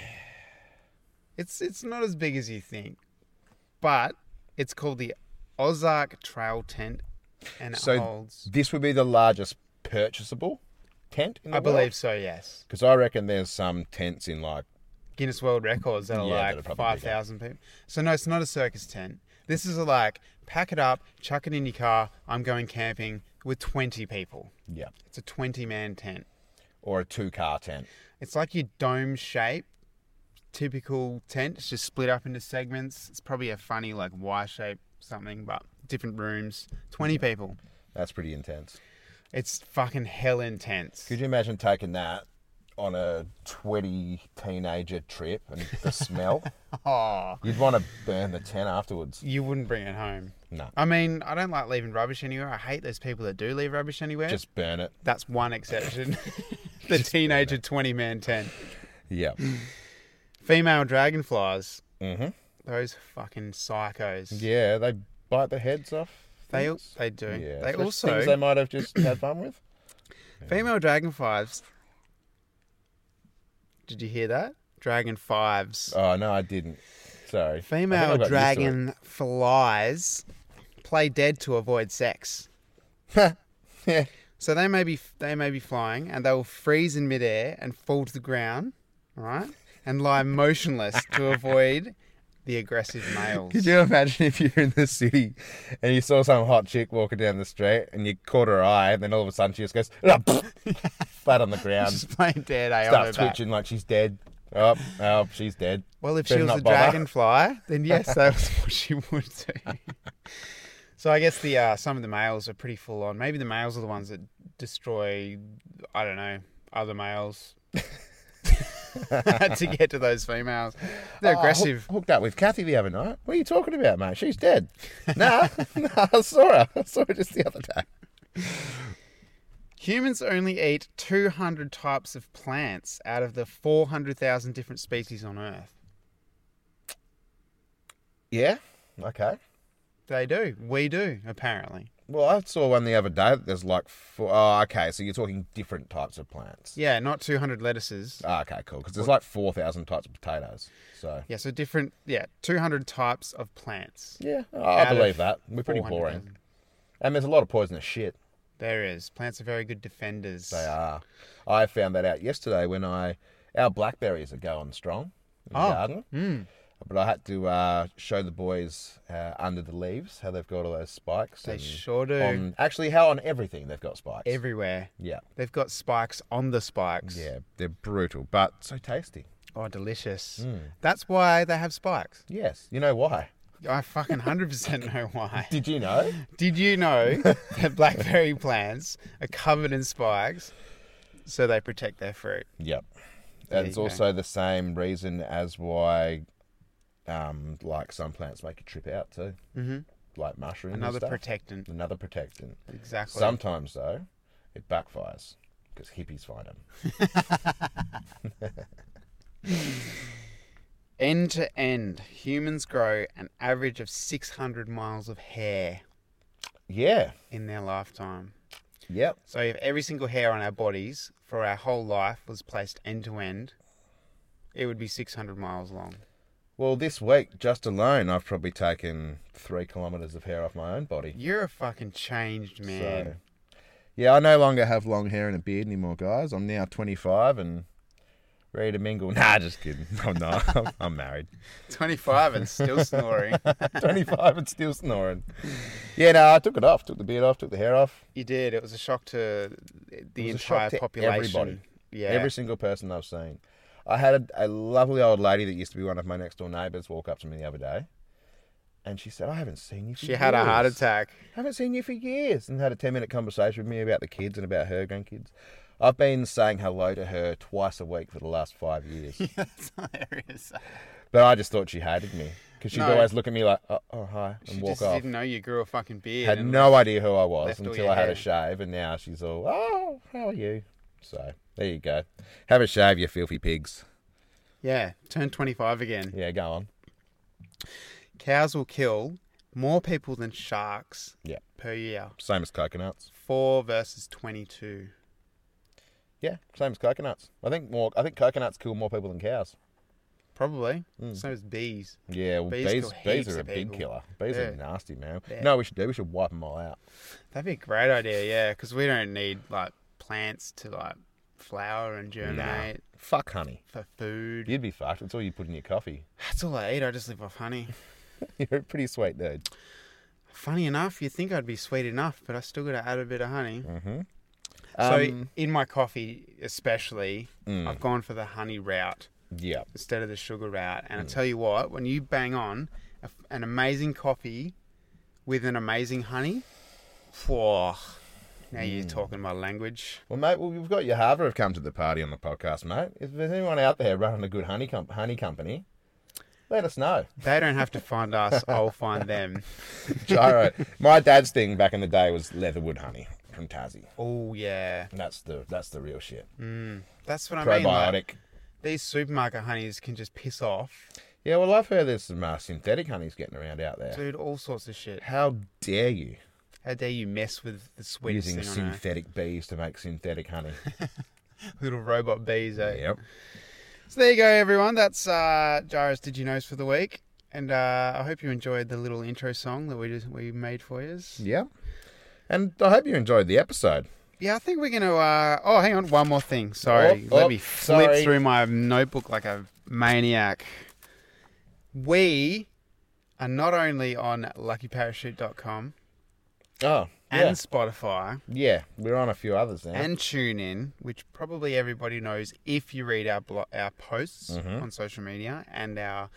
[SPEAKER 1] It's it's not as big as you think, but it's called the Ozark Trail Tent, and it
[SPEAKER 2] So-
[SPEAKER 1] holds.
[SPEAKER 2] This would be the largest purchasable tent in the
[SPEAKER 1] I believe so. Yes,
[SPEAKER 2] Because I reckon there's some tents in like.
[SPEAKER 1] Guinness World Records that are
[SPEAKER 2] Yeah, that'd
[SPEAKER 1] like
[SPEAKER 2] probably
[SPEAKER 1] five
[SPEAKER 2] be good.
[SPEAKER 1] thousand people. So no, it's not a circus tent. This is a like pack it up, chuck it in your car. I'm going camping with twenty people.
[SPEAKER 2] Yeah.
[SPEAKER 1] It's a twenty man tent.
[SPEAKER 2] Or a two car tent.
[SPEAKER 1] It's like your dome shape, typical tent. It's just split up into segments. It's probably a funny like Y shape something, but different rooms. Twenty people.
[SPEAKER 2] That's pretty intense.
[SPEAKER 1] It's fucking hell intense.
[SPEAKER 2] Could you imagine taking that on a 20 teenager trip and the smell?
[SPEAKER 1] Oh,
[SPEAKER 2] You'd want to burn the tent afterwards.
[SPEAKER 1] you wouldn't bring it home.
[SPEAKER 2] No.
[SPEAKER 1] I mean, I don't like leaving rubbish anywhere. I hate those people that do leave rubbish anywhere.
[SPEAKER 2] Just burn it.
[SPEAKER 1] That's one exception. the teenager 20 man tent.
[SPEAKER 2] Yeah.
[SPEAKER 1] Female dragonflies.
[SPEAKER 2] Mm-hmm.
[SPEAKER 1] Those fucking psychos.
[SPEAKER 2] Yeah, they bite the heads off.
[SPEAKER 1] They,
[SPEAKER 2] things.
[SPEAKER 1] they do.
[SPEAKER 2] Yeah,
[SPEAKER 1] they
[SPEAKER 2] especially
[SPEAKER 1] also.
[SPEAKER 2] things they might have just had fun with.
[SPEAKER 1] Female dragon fives. Did you hear that? Dragon fives.
[SPEAKER 2] Oh no, I didn't. Sorry. I think I
[SPEAKER 1] Female
[SPEAKER 2] got used to it.
[SPEAKER 1] dragon flies play dead to avoid sex.
[SPEAKER 2] Yeah.
[SPEAKER 1] So they may be they may be flying and they will freeze in midair and fall to the ground, right? And lie motionless to avoid the aggressive males.
[SPEAKER 2] Could you imagine if you're in the city and you saw some hot chick walking down the street and you caught her eye and then all of a sudden she just goes "Ah, pff," flat on the ground,
[SPEAKER 1] Just playing dead eh, on her
[SPEAKER 2] starts
[SPEAKER 1] back.
[SPEAKER 2] twitching like she's dead. Oh, oh, she's dead.
[SPEAKER 1] Well, if she
[SPEAKER 2] Better
[SPEAKER 1] was
[SPEAKER 2] not
[SPEAKER 1] a
[SPEAKER 2] bother.
[SPEAKER 1] dragonfly, then yes, that's what she would do. so I guess the uh, some of the males are pretty full on. Maybe the males are the ones that destroy, I don't know, other males to get to those females. They're
[SPEAKER 2] Oh, I
[SPEAKER 1] aggressive.
[SPEAKER 2] hook- hooked up with Kathy the other night. What are you talking about, mate? She's dead. nah, nah, I saw her. I saw her just the other day.
[SPEAKER 1] Humans only eat 200 types of plants out of the 400,000 different species on Earth.
[SPEAKER 2] Yeah. Okay.
[SPEAKER 1] They do. We do, apparently.
[SPEAKER 2] Well, I saw one the other day. that There's like four oh okay. So you're talking different types of plants.
[SPEAKER 1] Yeah, not 200 lettuces.
[SPEAKER 2] Ah, okay, cool. Because there's like four thousand types of potatoes. So
[SPEAKER 1] Yeah, so different, yeah, 200 types of plants.
[SPEAKER 2] yeah,
[SPEAKER 1] Out
[SPEAKER 2] I
[SPEAKER 1] of
[SPEAKER 2] believe that. We're pretty boring,
[SPEAKER 1] 400,000.
[SPEAKER 2] and there's a lot of poisonous shit.
[SPEAKER 1] There is. Plants are very good defenders.
[SPEAKER 2] They are. I found that out yesterday when I our blackberries are going strong in the
[SPEAKER 1] Oh.
[SPEAKER 2] garden.
[SPEAKER 1] Mm.
[SPEAKER 2] But I had to uh, show the boys uh, under the leaves how they've got all those spikes.
[SPEAKER 1] They
[SPEAKER 2] and
[SPEAKER 1] sure do.
[SPEAKER 2] on- actually, how on everything they've got spikes.
[SPEAKER 1] Everywhere.
[SPEAKER 2] yeah,
[SPEAKER 1] They've got spikes on the spikes.
[SPEAKER 2] yeah, they're brutal, but so tasty.
[SPEAKER 1] Oh, delicious.
[SPEAKER 2] Hmm.
[SPEAKER 1] That's why they have spikes.
[SPEAKER 2] Yes, you know why?
[SPEAKER 1] I fucking 100% know why.
[SPEAKER 2] Did you know?
[SPEAKER 1] Did you know that blackberry plants are covered in spikes so they protect their fruit?
[SPEAKER 2] Yep.
[SPEAKER 1] There
[SPEAKER 2] And it's
[SPEAKER 1] you go.
[SPEAKER 2] also the same reason as why, um, like some plants make you trip out too,
[SPEAKER 1] Mm-hmm.
[SPEAKER 2] like mushrooms.
[SPEAKER 1] Another
[SPEAKER 2] and stuff.
[SPEAKER 1] protectant.
[SPEAKER 2] Another protectant.
[SPEAKER 1] Exactly.
[SPEAKER 2] Sometimes though, it backfires because hippies find them.
[SPEAKER 1] End to end, humans grow an average of 600 miles of hair
[SPEAKER 2] Yeah.
[SPEAKER 1] in their lifetime.
[SPEAKER 2] Yep.
[SPEAKER 1] So if every single hair on our bodies for our whole life was placed end to end, it would be 600 miles long.
[SPEAKER 2] Well, this week just alone, I've probably taken three kilometers of hair off my own body.
[SPEAKER 1] You're a fucking changed man.
[SPEAKER 2] So, yeah, I no longer have long hair and a beard anymore, guys. I'm now 25 and ready to mingle. Nah, just kidding. I'm not. I'm- I'm married.
[SPEAKER 1] 25 and still snoring.
[SPEAKER 2] 25 and still snoring. Yeah, no, I took it off. Took the beard off. Took the hair off.
[SPEAKER 1] You did. It was a shock to the
[SPEAKER 2] It was a
[SPEAKER 1] entire
[SPEAKER 2] shock to
[SPEAKER 1] population.
[SPEAKER 2] everybody.
[SPEAKER 1] Yeah.
[SPEAKER 2] Every single person I've seen. I had a, a lovely old lady that used to be one of my next door neighbours walk up to me the other day, and she said, "I haven't seen you." For
[SPEAKER 1] she had a heart
[SPEAKER 2] years.
[SPEAKER 1] attack.
[SPEAKER 2] haven't seen you for years and had a 10 minute conversation with me about the kids and about her grandkids. I've been saying hello to her twice a week for the last five years,
[SPEAKER 1] That's hilarious.
[SPEAKER 2] but I just thought she hated me because she'd
[SPEAKER 1] No.
[SPEAKER 2] always look at me like, oh, oh hi, and
[SPEAKER 1] She
[SPEAKER 2] walk
[SPEAKER 1] just
[SPEAKER 2] off.
[SPEAKER 1] didn't know you grew a fucking beard.
[SPEAKER 2] Had
[SPEAKER 1] and
[SPEAKER 2] no idea who I
[SPEAKER 1] left
[SPEAKER 2] was
[SPEAKER 1] all
[SPEAKER 2] until
[SPEAKER 1] your
[SPEAKER 2] I had
[SPEAKER 1] hair.
[SPEAKER 2] a shave, and now she's all, oh, how are you? So there you go. Have a shave, you filthy pigs.
[SPEAKER 1] Yeah. Turn 25 again.
[SPEAKER 2] Yeah, go on.
[SPEAKER 1] Cows will kill more people than sharks
[SPEAKER 2] Yeah.
[SPEAKER 1] per year.
[SPEAKER 2] Same as coconuts.
[SPEAKER 1] Four versus 22.
[SPEAKER 2] Yeah, same as coconuts. I think more. I think coconuts kill more people than cows.
[SPEAKER 1] Probably.
[SPEAKER 2] Hmm.
[SPEAKER 1] So is bees.
[SPEAKER 2] Yeah, well,
[SPEAKER 1] Bees
[SPEAKER 2] bees,
[SPEAKER 1] kill
[SPEAKER 2] bees,
[SPEAKER 1] heaps
[SPEAKER 2] are a
[SPEAKER 1] of
[SPEAKER 2] big
[SPEAKER 1] people.
[SPEAKER 2] killer. Bees
[SPEAKER 1] Yeah.
[SPEAKER 2] are nasty, man.
[SPEAKER 1] Yeah.
[SPEAKER 2] No, we should do. We should wipe them all out.
[SPEAKER 1] That'd be a great idea, yeah, because we don't need like plants to like flower and germinate
[SPEAKER 2] Fuck honey.
[SPEAKER 1] for food.
[SPEAKER 2] You'd be fucked. That's all you put in your coffee.
[SPEAKER 1] That's all I eat. I just live off honey.
[SPEAKER 2] You're a pretty sweet dude.
[SPEAKER 1] Funny enough, you think I'd be sweet enough, but I still got to add a bit of honey.
[SPEAKER 2] Mm-hmm. Um,
[SPEAKER 1] so in my coffee, especially,
[SPEAKER 2] Mm.
[SPEAKER 1] I've gone for the honey route
[SPEAKER 2] yeah.
[SPEAKER 1] instead of the sugar route. And
[SPEAKER 2] Mm.
[SPEAKER 1] I tell you what, when you bang on a, an amazing coffee with an amazing honey, whoa, now you're
[SPEAKER 2] Mm.
[SPEAKER 1] talking my language.
[SPEAKER 2] Well, mate, well, we've got your Harvard have come to the party on the podcast, mate. If there's anyone out there running a good honey, com- honey company, let us know.
[SPEAKER 1] They don't have to find us. I'll find them.
[SPEAKER 2] Gyro. My dad's thing back in the day was Leatherwood honey from Tassie.
[SPEAKER 1] Oh yeah,
[SPEAKER 2] That's the that's the real shit.
[SPEAKER 1] that's what I mean.
[SPEAKER 2] Probiotic.
[SPEAKER 1] Like, these supermarket honeys can just piss off,
[SPEAKER 2] Yeah, well, I've heard there's some uh, synthetic honeys getting around out there.
[SPEAKER 1] dude. All sorts of shit.
[SPEAKER 2] How dare you
[SPEAKER 1] How dare you mess with the sweetest
[SPEAKER 2] using
[SPEAKER 1] thing on earth?
[SPEAKER 2] synthetic bees to make synthetic honey?
[SPEAKER 1] Little robot bees, eh?
[SPEAKER 2] yep.
[SPEAKER 1] So there you go, everyone. That's uh, Gyros Did You Knows for the week. And uh, I hope you enjoyed the little intro song that we just, we made for you.
[SPEAKER 2] Yep. And I hope you enjoyed the episode.
[SPEAKER 1] Yeah, I think we're going to. Uh... Oh, hang on. One more thing. Sorry.
[SPEAKER 2] Oh,
[SPEAKER 1] Let
[SPEAKER 2] oh,
[SPEAKER 1] me flip
[SPEAKER 2] sorry.
[SPEAKER 1] through my notebook like a maniac. We are not only on luckyparachute.com
[SPEAKER 2] Oh,
[SPEAKER 1] and
[SPEAKER 2] yeah.
[SPEAKER 1] Spotify
[SPEAKER 2] yeah, we're on a few others now.
[SPEAKER 1] and TuneIn, which probably everybody knows if you read our blo- our posts
[SPEAKER 2] Mhm.
[SPEAKER 1] on social media and our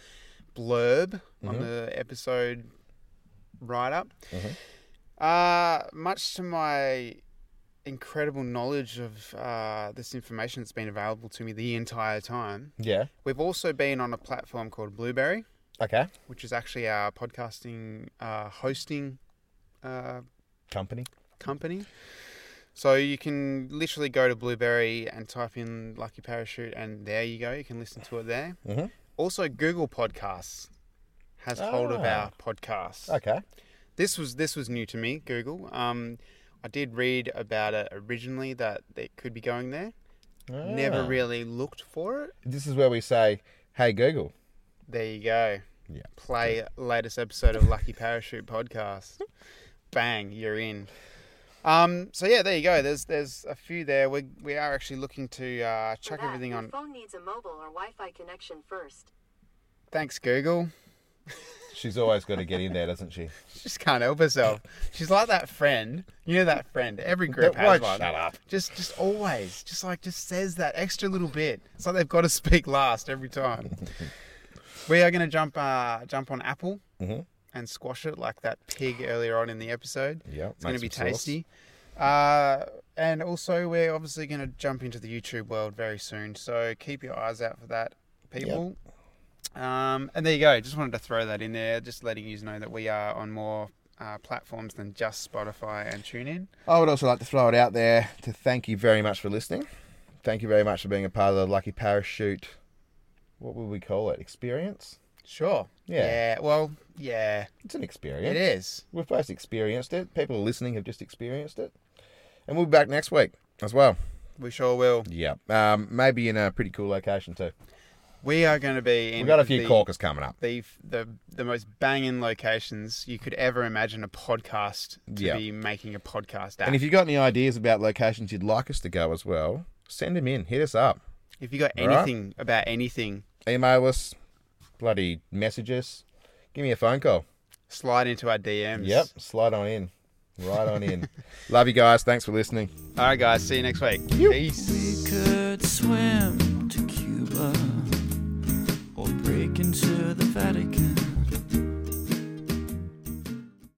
[SPEAKER 1] blurb on
[SPEAKER 2] Mhm.
[SPEAKER 1] the episode write up.
[SPEAKER 2] Mhm.
[SPEAKER 1] Uh, much to my incredible knowledge of uh, this information that's been available to me the entire time,
[SPEAKER 2] yeah.
[SPEAKER 1] we've also been on a platform called Blueberry,
[SPEAKER 2] Okay.
[SPEAKER 1] which is actually our podcasting uh, hosting. Uh,
[SPEAKER 2] Company.
[SPEAKER 1] company. So you can literally go to Blueberry and type in Lucky Parachute, and there you go. You can listen to it there.
[SPEAKER 2] Mm-hmm.
[SPEAKER 1] Also, Google Podcasts has hold of our
[SPEAKER 2] Ah.
[SPEAKER 1] podcasts.
[SPEAKER 2] Okay.
[SPEAKER 1] This was this was new to me. Google. Um, I did read about it originally that it could be going there. Never
[SPEAKER 2] Ah.
[SPEAKER 1] really looked for it.
[SPEAKER 2] This is where we say, "Hey Google."
[SPEAKER 1] There you go.
[SPEAKER 2] Yeah.
[SPEAKER 1] Play latest episode of Lucky Parachute podcast. Bang, you're in. Um, so yeah, there you go. There's there's a few there. We we are actually looking to uh,
[SPEAKER 3] For
[SPEAKER 1] chuck
[SPEAKER 3] that,
[SPEAKER 1] everything
[SPEAKER 3] your
[SPEAKER 1] on.
[SPEAKER 3] phone needs a mobile or Wi-Fi connection first.
[SPEAKER 1] Thanks, Google.
[SPEAKER 2] She's always got to get in there, doesn't she?
[SPEAKER 1] She just can't help herself. She's like that friend. You know that friend. Every group
[SPEAKER 2] That
[SPEAKER 1] has
[SPEAKER 2] won't
[SPEAKER 1] one.
[SPEAKER 2] shut up.
[SPEAKER 1] Just just always. Just like just says that extra little bit. It's like they've got to speak last every time. we are gonna jump uh jump on Apple
[SPEAKER 2] Mhm.
[SPEAKER 1] and squash it like that pig earlier on in the episode.
[SPEAKER 2] Yep.
[SPEAKER 1] It's going to
[SPEAKER 2] make
[SPEAKER 1] be
[SPEAKER 2] some sauce.
[SPEAKER 1] tasty. Uh, and also, we're obviously going to jump into the YouTube world very soon. So keep your eyes out for that, people. Um, and there you go. Just wanted to throw that in there, just letting you know that we are on more uh, platforms than just Spotify and TuneIn.
[SPEAKER 2] I would also like to throw it out there to thank you very much for listening. Thank you very much for being a part of the Lucky Parachute. What would we call it? Experience?
[SPEAKER 1] Sure.
[SPEAKER 2] Yeah.
[SPEAKER 1] Yeah. Well, yeah,
[SPEAKER 2] It's an
[SPEAKER 1] it
[SPEAKER 2] experience.
[SPEAKER 1] is.
[SPEAKER 2] We've both experienced it. People listening have just experienced it. And we'll be back next week as well.
[SPEAKER 1] We sure will.
[SPEAKER 2] Yeah. Um, maybe in a pretty cool location too.
[SPEAKER 1] We are going to be in.
[SPEAKER 2] We've got a few
[SPEAKER 1] the-
[SPEAKER 2] corkers coming up.
[SPEAKER 1] the the the most banging locations you could ever imagine a podcast to
[SPEAKER 2] Yeah.
[SPEAKER 1] be making a podcast at.
[SPEAKER 2] And if you've got any ideas about locations you'd like us to go as well, send them in. Hit us up.
[SPEAKER 1] If you got
[SPEAKER 2] All right.
[SPEAKER 1] anything about anything,
[SPEAKER 2] Email us. Bloody message us. Give me a phone call.
[SPEAKER 1] slide into our DMs.
[SPEAKER 2] Yep. Slide on in. Right on in. Love you guys. Thanks for listening.
[SPEAKER 1] All right, guys. See you next week. Peace.
[SPEAKER 4] We could swim to Cuba or break into the Vatican.